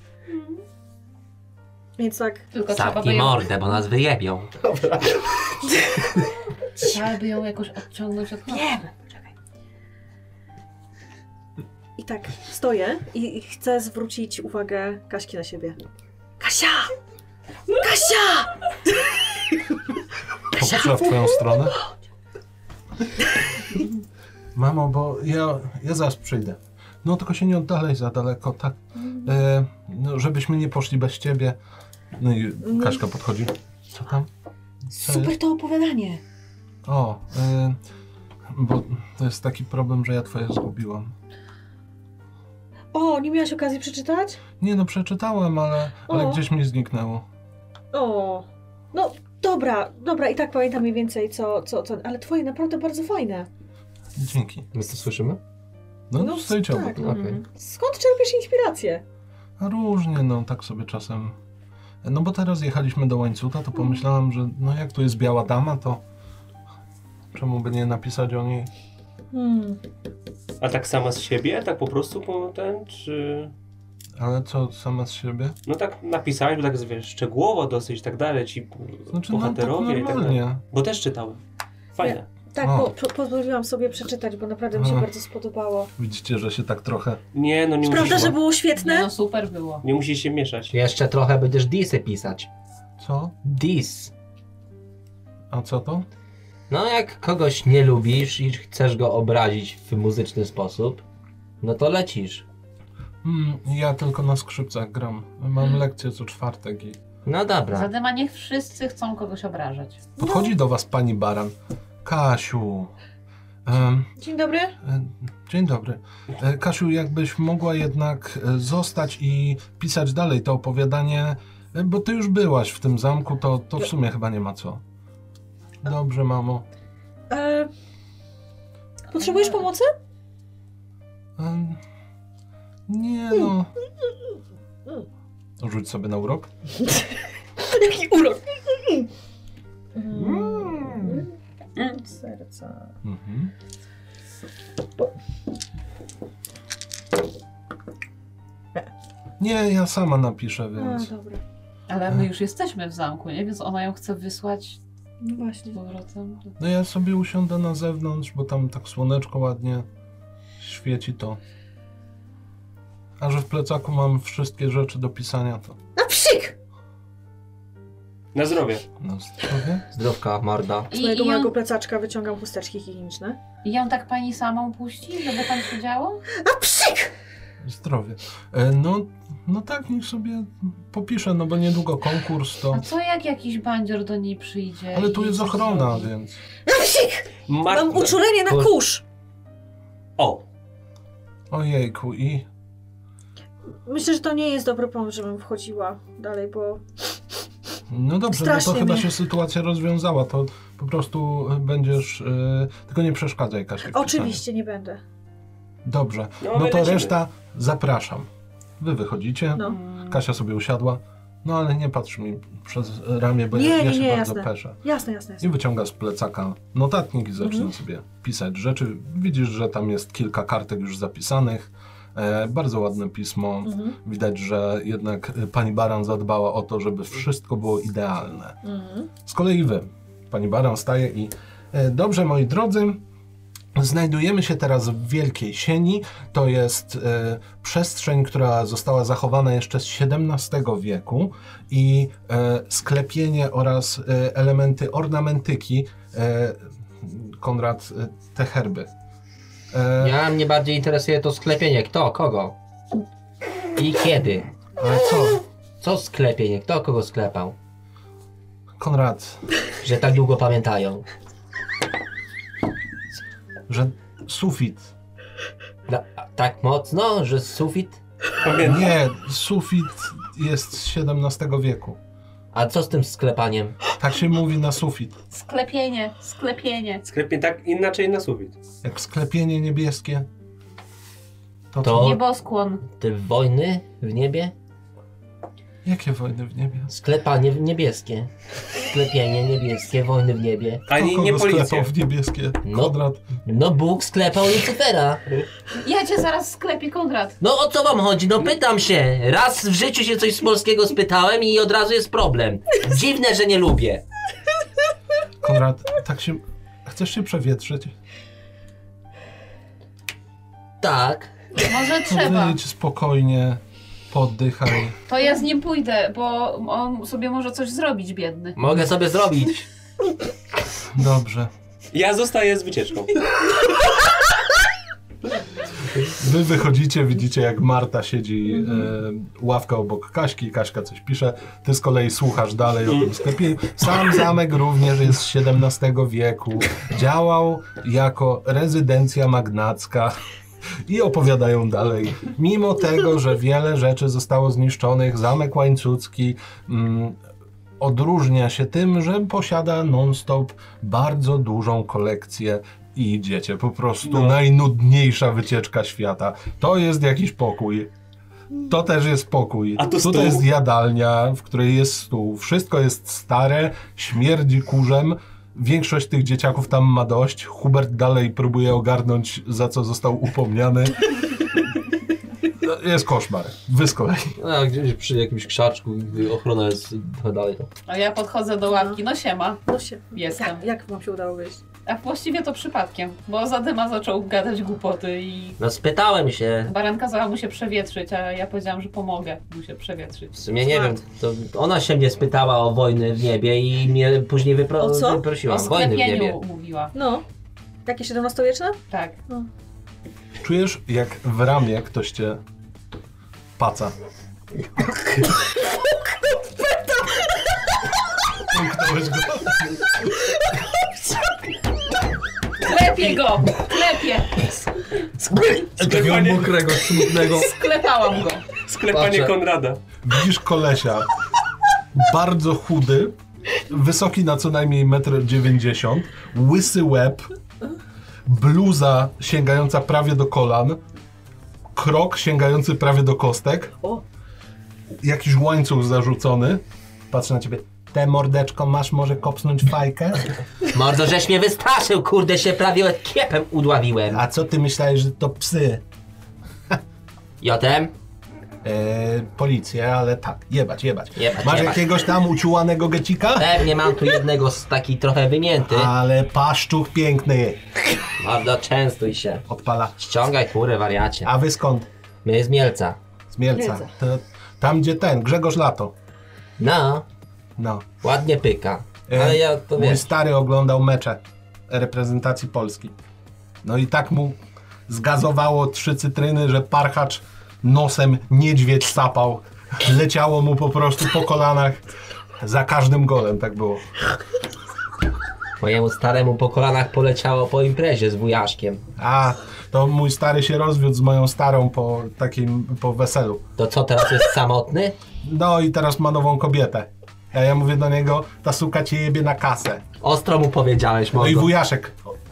Więc tak, Tylko trzeba by, Zamknij ją, mordę, bo nas wyjebią. trzeba by ją jakoś odciągnąć od nas. Wiem. i tak stoję i i chcę zwrócić uwagę Kaśki na siebie. Kasia! Kasia! Popatrzyła w twoją stronę. Mamo, bo ja, ja zaraz przyjdę. No tylko się nie oddalej za daleko, tak? E, no, żebyśmy nie poszli bez ciebie. No i Kaśka podchodzi. Co tam? Super to opowiadanie. O, e, bo to jest taki problem, że ja twoje zgubiłam. O, nie miałaś okazji przeczytać? Nie no, przeczytałem, ale, ale O. gdzieś mi zniknęło. O, no dobra, dobra, i tak pamiętam mniej więcej co, co, co, ale twoje naprawdę bardzo fajne. Dzięki. My to słyszymy? No, no stoicie obok. tak. Mhm. Okej. Skąd czerpiesz inspirację? A Różnie, no tak sobie czasem. No bo teraz jechaliśmy do łańcucha, Mhm. to pomyślałem, że no jak tu jest biała dama, to czemu by nie napisać o niej? Hmm. A tak sama z siebie? Tak po prostu po ten, czy... Ale co, sama z siebie? No tak napisałeś, bo tak wiesz, szczegółowo dosyć i tak dalej, ci Znaczy, no tak bohaterowie i tak dalej. normalnie. Bo też czytałem. Fajne. Tak, O. bo po, pozwoliłam sobie przeczytać, bo naprawdę mi się Mm. bardzo spodobało. Widzicie, że się tak trochę... Nie, no nie Prawda, musisz, że było Nie, świetne? no super było. nie musisz się mieszać. Jeszcze trochę będziesz disy pisać. Co? Dis. A co to? No jak kogoś nie lubisz i chcesz go obrazić w muzyczny sposób, no to lecisz. Mm, ja tylko na skrzypcach gram. Mhm. Mam lekcję co czwartek i... No Tak. dobra. Zadyma niech wszyscy chcą kogoś obrażać. Podchodzi do was pani Baran. Kasiu... em, no. Dzień dobry. E, Dzień dobry. E, Kasiu, jakbyś mogła jednak e, zostać i pisać dalej to opowiadanie, e, bo ty już byłaś w tym zamku, to, to w sumie chyba nie ma co. Dobrze, mamo. E, potrzebujesz pomocy? E, Nie no. Rzuć sobie na urok. Jaki urok! Hmm. Mm. Serca. Mhm. Nie, ja sama napiszę, A, więc. dobra. Ale my już jesteśmy w zamku, nie? Więc ona ją chce wysłać No z właśnie. powrotem. No ja sobie usiądę na zewnątrz, bo tam tak słoneczko ładnie świeci to. A że w plecaku mam wszystkie rzeczy do pisania, to Na psik! Na zdrowie. na zdrowie. Zdrowka, morda. Z I, mojego i, ją, małego plecaczka wyciągam chusteczki higieniczne. I ją tak pani samą puści, żeby tam się działo? Na psik! Zdrowie. E, no, no tak, niech sobie popiszę, no bo niedługo konkurs to... A co jak jakiś bandzior do niej przyjdzie? Ale i tu jest coś ochrona, zrobi? więc... Na psik! Mar- Mam uczulenie na Bo- kurz! O, Ojejku i... Myślę, że to nie jest dobry pomysł, żebym wchodziła dalej, bo No dobrze, no Strasznie to chyba mnie. się sytuacja rozwiązała, to po prostu e, będziesz... E, tylko nie przeszkadzaj, Kasia. w pisaniu. oczywiście nie będę. Dobrze, No, no, my to lecimy. reszta zapraszam. Wy wychodzicie, No. Mm. Kasia sobie usiadła, no ale nie patrz mi przez ramię, bo Nie, ja, ja nie, się nie, bardzo jasne. peszę. Jasne, jasne, I jasne. wyciąga z plecaka notatnik i zaczyna Mhm. sobie pisać rzeczy. Widzisz, że tam jest kilka kartek już zapisanych, e, bardzo ładne pismo. Mhm. Widać, że jednak e, pani Baran zadbała o to, żeby wszystko było idealne. Mhm. Z kolei wy. Pani Baran staje i e, dobrze, moi drodzy. Znajdujemy się teraz w Wielkiej Sieni. To jest e, przestrzeń, która została zachowana jeszcze z XVII wieku i e, sklepienie oraz e, elementy ornamentyki e, Konrad e, te herby. E, Ja mnie bardziej interesuje to sklepienie. Kto, kogo? I kiedy? Ale co? Co sklepienie? Kto kogo sklepał? Konrad, Że tak długo pamiętają. że sufit Na, a tak mocno, że sufit? Pamiętam. Nie, sufit jest z XVII wieku. A co z tym sklepaniem? Tak się mówi na sufit. Sklepienie, sklepienie. Sklepie tak inaczej na sufit. Jak sklepienie niebieskie. To, To- to... Nieboskłon. Te wojny w niebie? Jakie wojny w niebie? Sklepanie w niebieskie. Sklepienie niebieskie, wojny w niebie. Ani Kto nie kogo policja. sklepał w niebieskie? No. Konrad. No Bóg sklepał Lucyfera. Ja cię zaraz sklepię, Konrad. No o co wam chodzi? No pytam się. Raz w życiu się coś z polskiego spytałem i od razu jest problem. Dziwne, że nie lubię. Konrad, tak się... Chcesz się przewietrzyć? Tak. Może To trzeba. Wyjdź spokojnie, poddychaj. To ja z nim pójdę, bo on sobie może coś zrobić, biedny. Mogę sobie zrobić. Dobrze. Ja zostaję z wycieczką. Wy wychodzicie, widzicie jak Marta siedzi e, ławka obok Kaśki, Kaśka coś pisze, ty z kolei słuchasz dalej o tym sklepie. Sam zamek również jest z XVII wieku, działał jako rezydencja magnacka i opowiadają dalej. Mimo tego, że wiele rzeczy zostało zniszczonych, zamek łańcucki mm, odróżnia się tym, że posiada non-stop bardzo dużą kolekcję i idziecie. Po prostu No. najnudniejsza wycieczka świata. To jest jakiś pokój. To też jest pokój. A tu Tutaj stół? jest jadalnia, w której jest stół. Wszystko jest stare, śmierdzi kurzem. Większość tych dzieciaków tam ma dość. Hubert dalej próbuje ogarnąć, za co został upomniany. No, Jest koszmar. Wy z kolei. No, A gdzieś przy jakimś krzaczku, gdy ochrona jest trochę dalej. To. A ja podchodzę do ławki, no siema, No się. jestem. Jak, jak wam się udało wyjść? A właściwie to przypadkiem, bo Zadyma zaczął gadać głupoty i No spytałem się. Baran kazała mu się przewietrzyć, a ja powiedziałam, że pomogę mu się przewietrzyć. W sumie nie wiem, to ona się mnie spytała o wojny w niebie i mnie później wypro- O co? O wyprosiła. Wojny w niebie. sklepieniu mówiła, No. Takie XVII-wieczne? tak. Czujesz, jak w ramię ktoś cię paca. Puknąłeś go. Klepię go! Klepię! Takiego Sklepanie- mokrego, smutnego. Sklepałam go! Sklepanie Patrzę. Konrada. Widzisz kolesia. Bardzo chudy, wysoki na co najmniej 1,90 m, łysy łeb, bluza sięgająca prawie do kolan, krok sięgający prawie do kostek, O. jakiś łańcuch zarzucony. Patrzę na ciebie. Te mordeczko masz może kopsnąć fajkę? Mordo, żeś mnie wystraszył, kurde, się prawie kiepem udławiłem. A co ty myślałeś, że to psy? Jotem? Eee, policję, ale tak, jebać, jebać. Jebać, masz jebać. Tak. jakiegoś tam uciułanego gecika? Pewnie mam tu jednego z taki trochę wymięty. Ale paszczuch piękny. Mordo, częstuj się. Odpala. Ściągaj kurę, wariacie. A wy skąd? My z Mielca. Z Mielca. Mielca. To, tam, gdzie ten, Grzegorz Lato. No, No. ładnie pyka. E, Ale ja to Mój wiesz. stary oglądał mecze reprezentacji Polski. No i tak mu zgazowało trzy cytryny, że parchacz nosem niedźwiedź sapał. Leciało mu po prostu po kolanach. Za każdym golem tak było. Mojemu staremu po kolanach poleciało po imprezie z wujaszkiem. A, to mój stary się rozwiódł z moją starą po takim, po weselu. To co, teraz jest samotny? No i teraz ma nową kobietę. A ja mówię do niego, ta suka cię jebie na kasę. Ostro mu powiedziałeś, No i mordo. wujaszek,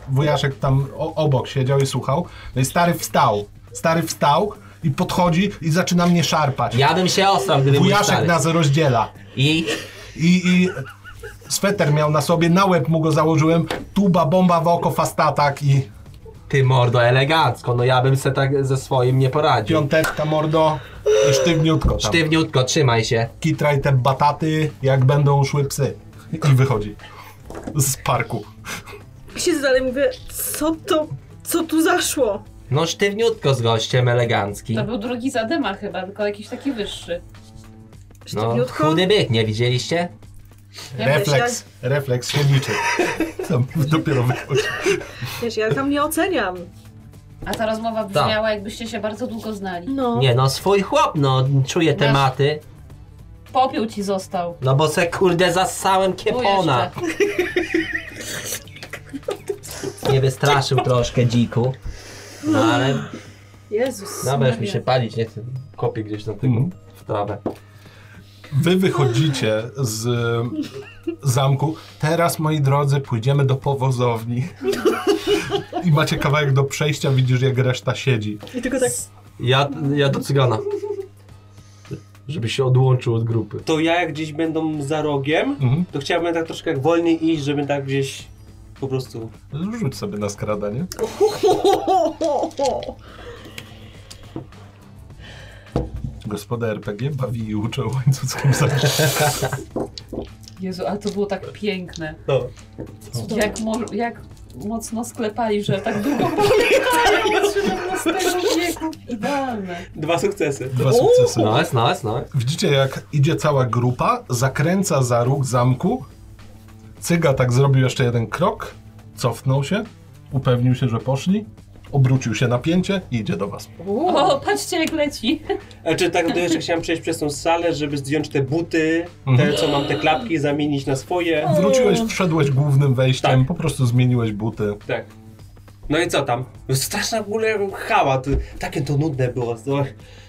wujaszek tam o, obok siedział i słuchał. No i stary wstał, stary wstał i podchodzi i zaczyna mnie szarpać. Ja bym się ostrał, gdyby mój Wujaszek stary. nas rozdziela. I I, I sweter miał na sobie, na łeb mu go założyłem, tuba, bomba w oko, fast attack i Ty mordo, elegancko, no ja bym se tak ze swoim nie poradził. piąteczka mordo i sztywniutko tam. sztywniutko, trzymaj się. Kitraj te bataty, jak będą szły psy. I wychodzi z parku. I siedzę dalej mówię, co to, co tu zaszło? No sztywniutko z gościem, elegancki. To był drugi Zadyma chyba, tylko jakiś taki wyższy. No, Sztywniutko? chudy byk, nie widzieliście? Ja Refleks, refleks się liczy. Tam dopiero wychodzi. Wiesz, ja tam nie oceniam. A ta rozmowa Tak. brzmiała, jakbyście się bardzo długo znali. No. Nie no, swój chłop, no, czuje tematy. Popiół ci został. No bo se kurde zassałem Tu kiepona. jeszcze. Nie wystraszył troszkę dziku. No ale Jezus. No, będziesz mi Maria. się palić, nie chcę. Kopię gdzieś na tego Mhm. w trawę. Wy wychodzicie z zamku. Teraz, moi drodzy, pójdziemy do powozowni. I macie kawałek do przejścia, widzisz jak reszta siedzi. I tylko tak. Ja, ja do cygana. Żeby się odłączył od grupy. To ja jak gdzieś będą za rogiem, Mhm. to chciałbym tak troszkę jak wolniej iść, żeby tak gdzieś po prostu... Rzuć sobie na skradanie. Gospoda RPG bawi i uczy o łańcuckim zakresie. Jezu, ale to było tak piękne. No. Cudowne. Jak, mo- jak mocno sklepali, że tak długo pamiętają od XVII wieku. Idealne. Dwa sukcesy. Dwa sukcesy. No, Nice, nice, nice. Widzicie, jak idzie cała grupa, zakręca za róg zamku. Cyga tak zrobił jeszcze jeden krok, cofnął się, upewnił się, że poszli, obrócił się na pięcie i idzie do was. O, patrzcie jak leci. Znaczy tak, to jeszcze chciałem przejść przez tą salę, żeby zdjąć te buty, te Mhm. co mam, te klapki, zamienić na swoje. Wróciłeś, wszedłeś głównym wejściem, Tak. po prostu zmieniłeś buty. Tak. No i co tam? Straszna w ogóle hałas. Takie to nudne było. To,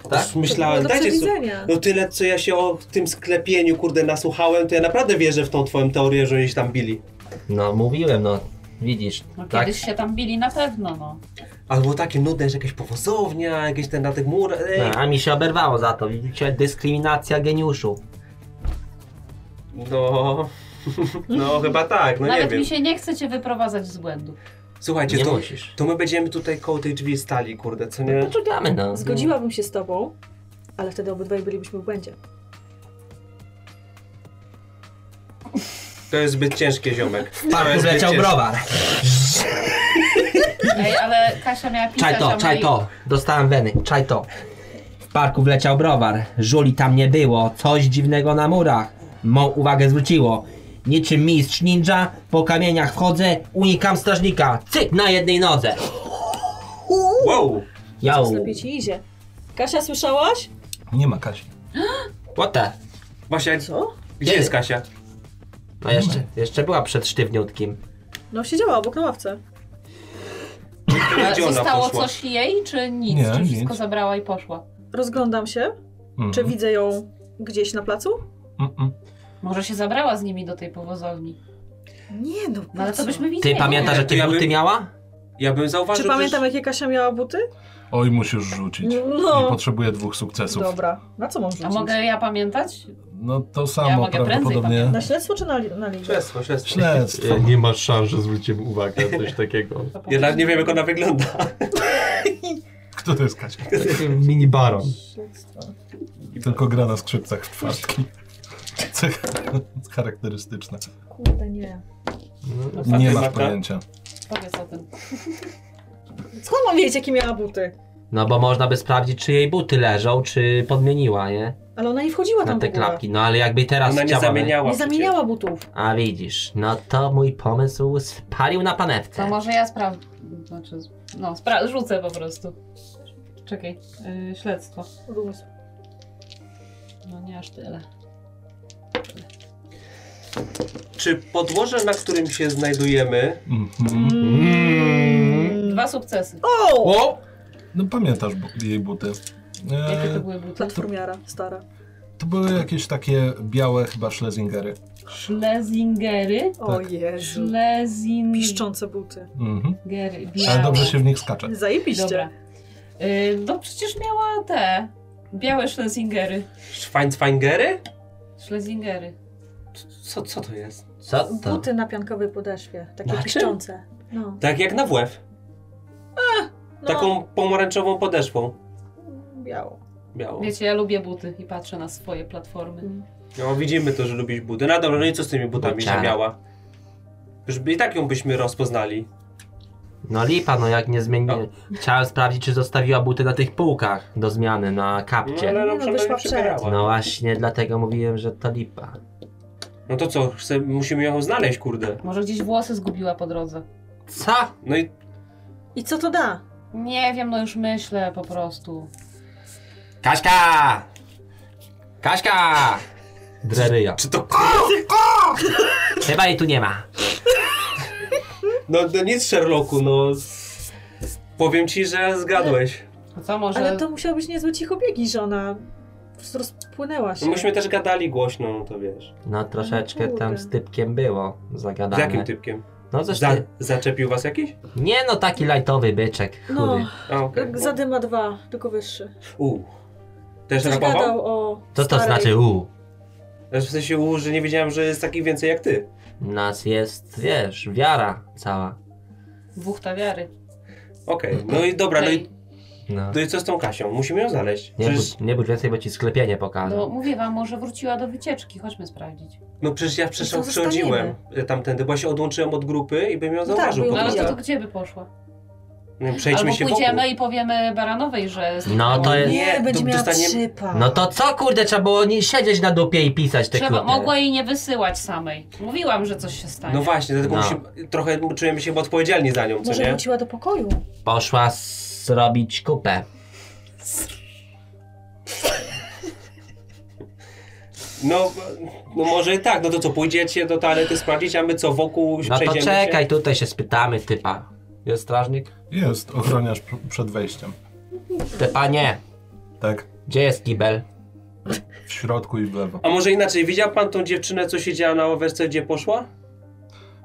Tak? tak? Myślałem, do dajcie sobie... przewidzenia. No tyle, co ja się o tym sklepieniu, kurde, nasłuchałem, to ja naprawdę wierzę w tą twoją teorię, że oni się tam bili. No, mówiłem, no. Widzisz, No, tak? Kiedyś się tam bili na pewno, no. Ale było takie nudne, że jakaś powozownia, jakieś ten na tych murach, ej. No, a mi się oberwało za to, widzicie? Dyskryminacja geniuszu. No... No chyba tak, no nie Nawet wiem. mi się nie chce cię wyprowadzać z błędu. Słuchajcie, Nie to, musisz. to my będziemy tutaj koło tych drzwi stali, kurde, co nie? Poczekamy, no. Zgodziłabym się z tobą, ale wtedy obydwaj bylibyśmy w błędzie. To jest zbyt ciężkie, ziomek. W To parku jest wleciał zbyt ciężkie. browar. Ej, ale Kasia miała pisać Czaj to, czaj to. Dostałem weny, czaj to. W parku wleciał browar. Żuli tam nie było. Coś dziwnego na murach. Mą uwagę zwróciło. Niczym mistrz ninja, po kamieniach wchodzę, unikam strażnika. Cyk na jednej nodze. Wow! Yo, Coraz lepiej ci idzie. Kasia, słyszałaś? Nie ma Kasi. what the? Właśnie, Co? gdzie jest Kasia? No jeszcze, jeszcze była przed sztywniutkim. No siedziała obok na ławce. Ale Gdzie ona E, zostało poszła? coś jej, czy nic? Nie, czy nic. wszystko zabrała i poszła? Rozglądam się. Mm. Czy widzę ją gdzieś na placu? Mm, mm. Może się zabrała z nimi do tej powozowni. Nie no, No ale to byśmy widzieli. Ty pamiętasz, że To ja ty buty bym- miała? Ja bym zauważył, Czy pamiętam, jakie Kasia miała buty? Oj, musisz rzucić. I No. potrzebuję dwóch sukcesów. Dobra, na co mam rzucić? A mogę ja pamiętać? No to Ja samo mogę prędzej prawdopodobnie. Na śledztwo czy na, li- na liczbę? Śledztwo, śledztwo. Śledztwo. Nie masz szans, że zwrócimy uwagę na coś takiego. Ja nawet nie wiem, jak ona wygląda. Kto to jest Kasia? Taki mini baron. Śledztwo. Tylko gra na skrzypcach w czwartki. Cech charakterystyczna. Kurde, nie. A Nie ty, masz Marta? pojęcia. Powiedz o tym. Skąd mam wiedzieć, jakie miała buty? No bo można by sprawdzić, czy jej buty leżą, czy podmieniła, nie? Ale ona nie wchodziła Na tam te w ogóle. klapki. No ale jakby teraz Ona nie chciała... zamieniała. Nie zamieniała butów. A widzisz, no to mój pomysł spalił na To Tak. panewce. może ja sprawdzę. Znaczy, no, spra- rzucę po prostu. Czekaj, yy, śledztwo. Luz. No nie aż tyle. Czy podłoże, na którym się znajdujemy, Mhm. Mm. Dwa sukcesy. Mm. O! O! No pamiętasz bu- jej buty. Jakie to E, były buty? Platformiara, stara. to były jakieś takie białe chyba Schlesingery. Schlesingery? O Tak. Jezu. Schlesingery. Piszczące buty. Mhm. Ale białe. dobrze się w nich skacze. Tak. Zajebiście. Dobra. Yy, no przecież miała te białe Schlesingery. Schweinzweingery? Schlesingery. Co, co to jest? Co to? Buty na piankowej podeszwie. Takie Na czym? piszczące. No. Tak jak na WF. no. Taką pomarańczową podeszwą. Biało. Białą. Wiecie, ja lubię buty i patrzę na swoje platformy. No widzimy to, że lubisz buty. No dobra, no i co z tymi butami Bucia. się miała? Już by- i tak ją byśmy rozpoznali. No lipa, no jak nie zmieni... Chciałem sprawdzić, czy zostawiła buty na tych półkach do zmiany, na No kapcie. ale no, no, przynajmniej wyszła nie przed. No przebierała. właśnie, dlatego mówiłem, że to lipa. No to co, chce, musimy ją znaleźć, kurde. Może gdzieś włosy zgubiła po drodze. Co? No i I co to da? Nie wiem, no już myślę po prostu. Kaśka! Kaśka! Dreryja. czy to... Chyba jej tu nie ma. No, no nic Sherlocku, no... Powiem ci, że zgadłeś. A co może. Ale to musiało być niezłe cicho biegi, że ona po prostu rozpłynęła się. No myśmy też gadali głośno, no to wiesz. No troszeczkę kurde. tam z typkiem było Z zagadane. jakim typkiem? No coś Za, ty... zaczepił was jakiś? Nie no, taki lajtowy byczek, No. chudy. A, okej. Jak Zadyma dwa, tylko wyższy. U. Też Coś rapował? gadał o Co to starej- znaczy u? Znaczy w sensie u, że nie wiedziałem, że jest takich więcej jak ty. Nas jest, wiesz, wiara cała. Buchta wiary. Okej, no i dobra, no i, No. no i co z tą Kasią? Musimy ją znaleźć. Nie, Przecież, budź, nie budź więcej, bo ci sklepienie pokażę. No mówię wam, może wróciła do wycieczki, chodźmy sprawdzić. no przecież ja To przecież co, przechodziłem e, tamtędy, bo ja się odłączyłem od grupy i bym ją tak, zauważył bo po ją No ale prostu. to, widziałem. to gdzie by poszła? Nie wiem, Przejdźmy Albo się pójdziemy wokół. i powiemy Baranowej, że... No to jest- Nie, Nie, będzie to miała dostanie- trzypa. No to co kurde, trzeba było nie siedzieć na dupie i pisać te Trzeba, kurde. mogła jej nie wysyłać samej. Mówiłam, że coś się stanie. No właśnie, dlatego No. musimy, trochę czujemy się odpowiedzialni za nią, co Może nie? wróciła do pokoju. Poszła zrobić kupę. No, no może i tak, no to co, pójdziecie do toalety sprawdzić, a my co, wokół No to przejdziemy czekaj, tutaj się spytamy typa. Jest strażnik? Jest, ochroniarz pr- przed wejściem. Ty panie, Tak, gdzie jest kibel? w środku i w lewo. A może inaczej, widział pan tą dziewczynę, co siedziała na ławeczce, gdzie poszła?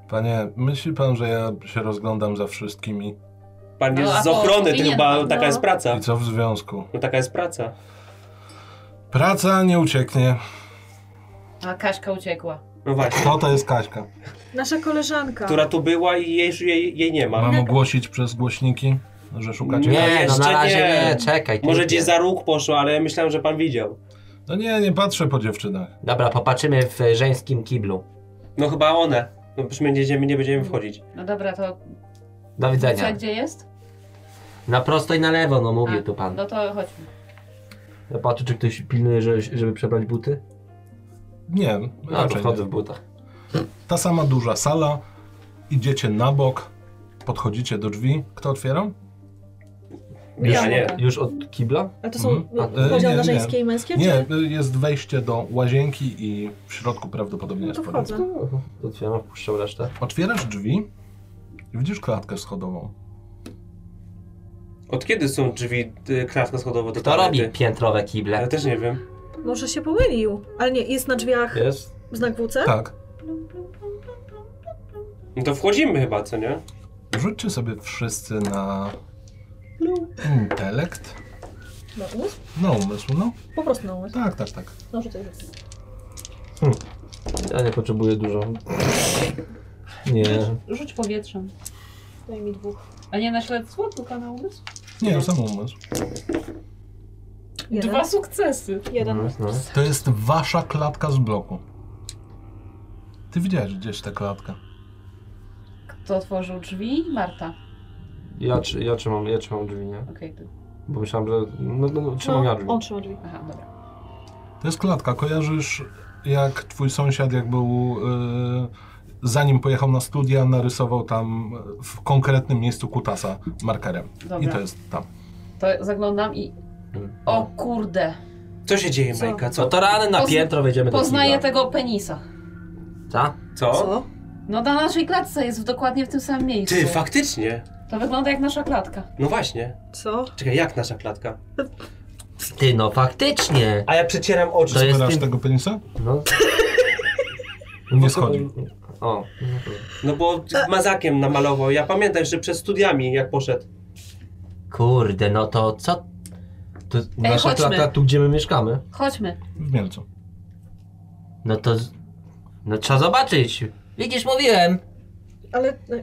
Panie, myśli pan, że ja się rozglądam za wszystkimi? Pan No, a jest z po- ochrony, ty powinien chyba, pan, taka no. jest praca. I co w związku? No taka jest praca. Praca nie ucieknie. A Kaśka uciekła. No właśnie. Kto to jest Kaśka? Nasza koleżanka. Która tu była i jej, jej, jej nie ma. Mam ogłosić przez głośniki, że szukacie Nie. Kaśki? Nie, no jeszcze na razie nie. nie, czekaj. Może typie. gdzieś za róg poszła, ale myślałem, że pan widział. No nie, nie patrzę po dziewczynach. Dobra, popatrzymy w e, żeńskim kiblu. No chyba one. No przecież my będziemy, nie będziemy wchodzić. No dobra, to Do co, widzenia. gdzie jest? Na prosto i na lewo, no A, mówił tu pan. No to chodźmy. Ja patrzę, czy ktoś pilnuje, żeby, żeby przebrać buty. Nie, No, to raczej wchodzę nie. w butach. Ta sama duża sala, idziecie na bok, podchodzicie do drzwi. Kto otwiera? Ja nie. Już od kibla? Ale to są Mhm. no, A, e, podział nie, na nie. żeńskie i męskie? Nie, Czy... y, jest wejście do łazienki i w środku prawdopodobnie No jest to podwórko. wchodzę. Otwieram, wpuszczam resztę. Otwierasz drzwi i widzisz klatkę schodową. Od kiedy są drzwi y, klatka schodowa do Kto toalety? robi piętrowe Ja kible? też nie wiem. Może się pomylił. Ale nie, jest na drzwiach Jest? znak WC? Tak. No to wchodzimy chyba, co nie? Rzućcie sobie wszyscy na intelekt. No, umysł? Na umysł, no. Po prostu na umysł. Tak, tak, tak. No, że to jest. Ja nie potrzebuję dużo. Nie. Rzuć powietrzem. Daj mi dwóch. A nie na śledztwo, tylko na umysł? Nie, sam umysł. Jeden. Dwa sukcesy. Jeden. Mhm. No, no. To jest wasza klatka z bloku. Ty widziałeś gdzieś tę klatkę. Kto otworzył drzwi? Marta. Ja, trzy- ja, trzymam, ja trzymam drzwi, nie? Okej, ty. Bo myślałem, że... No, no, no trzymam ja drzwi. on trzyma drzwi. Aha, dobra. To jest klatka. Kojarzysz, jak twój sąsiad, jak był, y, zanim pojechał na studia, narysował tam w konkretnym miejscu kutasa markerem. I to Dobra. jest tam. To zaglądam i... O kurde. Co się dzieje, Co? Majka? Co Co? to rany na Pozna- piętro wejdziemy do Poznaję kibla. tego penisa. Co? Co? Co? No na naszej klatce jest w- dokładnie w tym samym miejscu. Ty, faktycznie. To wygląda jak nasza klatka. No właśnie. Co? Czekaj, jak nasza klatka? Ty no faktycznie. A ja przecieram oczy. To jest Zbierasz tym... tego penisa? No. Nie schodzi. O. No bo mazakiem namalował. Ja pamiętam, że przed studiami jak poszedł. Kurde, no to co? To nasza chodźmy. klata tu, gdzie my mieszkamy. Chodźmy. W Mielcu. No to... z- No trzeba zobaczyć. Widzisz, mówiłem. Ale no,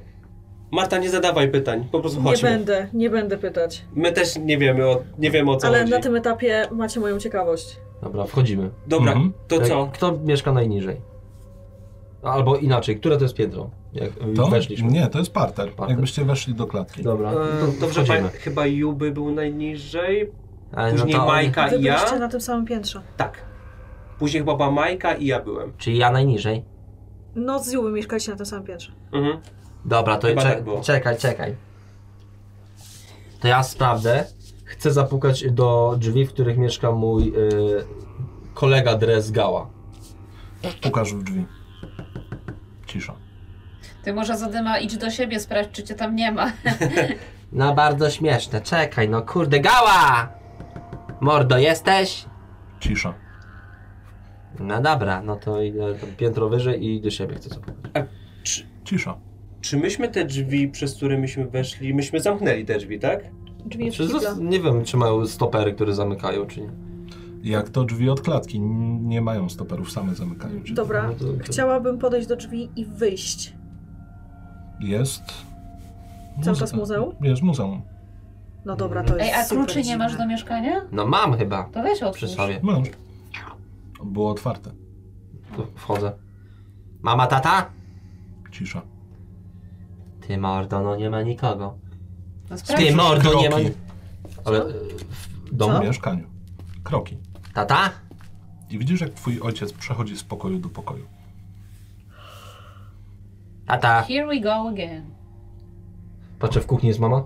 Marta, nie zadawaj pytań, po prostu nie chodźmy. będę, nie będę pytać. My też nie wiemy o, nie wiemy o co Ale chodzi. na tym etapie macie moją ciekawość. Dobra, wchodzimy. Dobra, Mhm. to Jak- co? Kto mieszka najniżej? Albo inaczej, które to jest piętro? Jak To? Mm. weszliśmy. Nie, to jest parter. Parter. Jakbyście weszli do klatki. Dobra, E, No, to dobrze, wchodzimy. E, pan, chyba Juby był najniżej, Ale później no to on- Majka Wy i ja. byliście na tym samym piętrze. Tak. Później chyba była Majka i ja byłem. Czyli ja najniżej. No z Juby mieszkaliście na tym samym piętrze. Mhm. Dobra, to Chyba cze- tak było. czekaj, czekaj. To ja sprawdzę. Chcę zapukać do drzwi, w których mieszka mój y, kolega Dres Gała. Pukasz w drzwi. Cisza. Ty może zadyma idź do siebie, sprawdź czy cię tam nie ma. No bardzo śmieszne, czekaj, no kurde, gała! Mordo, jesteś? Cisza. No dobra, no to idę tam piętro wyżej i do siebie chcę sobie. Cisza. Czy myśmy te drzwi, przez które myśmy weszli, myśmy zamknęli te drzwi, tak? Drzwi od Czy zas- kibla. nie wiem, czy mają stopery, które zamykają, czy nie. Jak to drzwi od klatki? N- Nie mają stoperów, same zamykają się. Dobra, No to- to- chciałabym podejść do drzwi i wyjść. Jest. Cały czas muzeum? Jest muzeum. No dobra, to jest Ej, a super kluczy nie dziwne. masz do mieszkania? No mam chyba To weź przy otwórz. sobie. Masz. Było otwarte. Tu Wchodzę. Mama, tata? Cisza. Ty mordo, no nie ma nikogo. No sprawdź. Ty mordo, nie ma No. Kroki. ni- Ale e, w W domu? mieszkaniu. Kroki. Tata? I widzisz, jak twój ojciec przechodzi z pokoju do pokoju. Tata. Here we go again. Patrzę, w kuchni jest mama?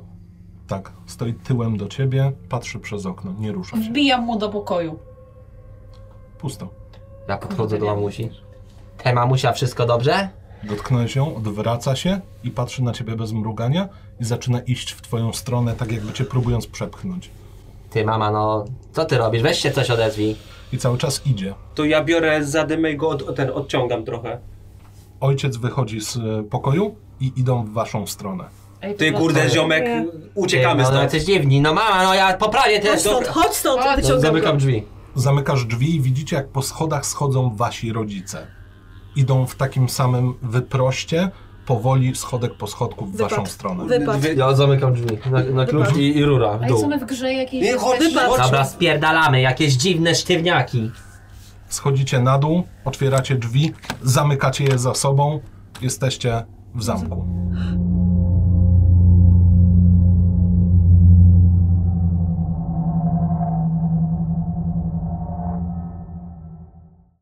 Tak, stoi tyłem do ciebie, patrzy przez okno, nie rusza się. Wbijam mu do pokoju. Pusto. Ja podchodzę do Kurde, mamusi. Te mamusia, wszystko dobrze? Dotknąłeś ją, odwraca się i patrzy na ciebie bez mrugania i zaczyna iść w twoją stronę, tak jakby cię próbując przepchnąć. Ty mama, no co ty robisz? Weź się coś odezwij. I cały czas idzie. To ja biorę za dymę i go od, ten, odciągam trochę. Ojciec wychodzi z e, pokoju i idą w waszą stronę. Ej, Ty no kurde to- ziomek, Nie. uciekamy Ty, no, no stąd. jesteś dziwni. No mama, no ja poprawię te... Chodź stąd, chodź stąd! Dobra. Wyciągam Zamykam drzwi. Zamykasz drzwi i widzicie, jak po schodach schodzą wasi rodzice. Idą w takim samym wyproście, powoli schodek po schodku w Wypad. waszą stronę. Wypad. Wy- Ja zamykam drzwi na, na klucz i, i rura w A jest dół. one w grze jakiejś? Nie, chodź, jesteśmy? Wypad. Dobra, spierdalamy, jakieś dziwne sztywniaki. Schodzicie na dół, otwieracie drzwi, zamykacie je za sobą, jesteście w zamku.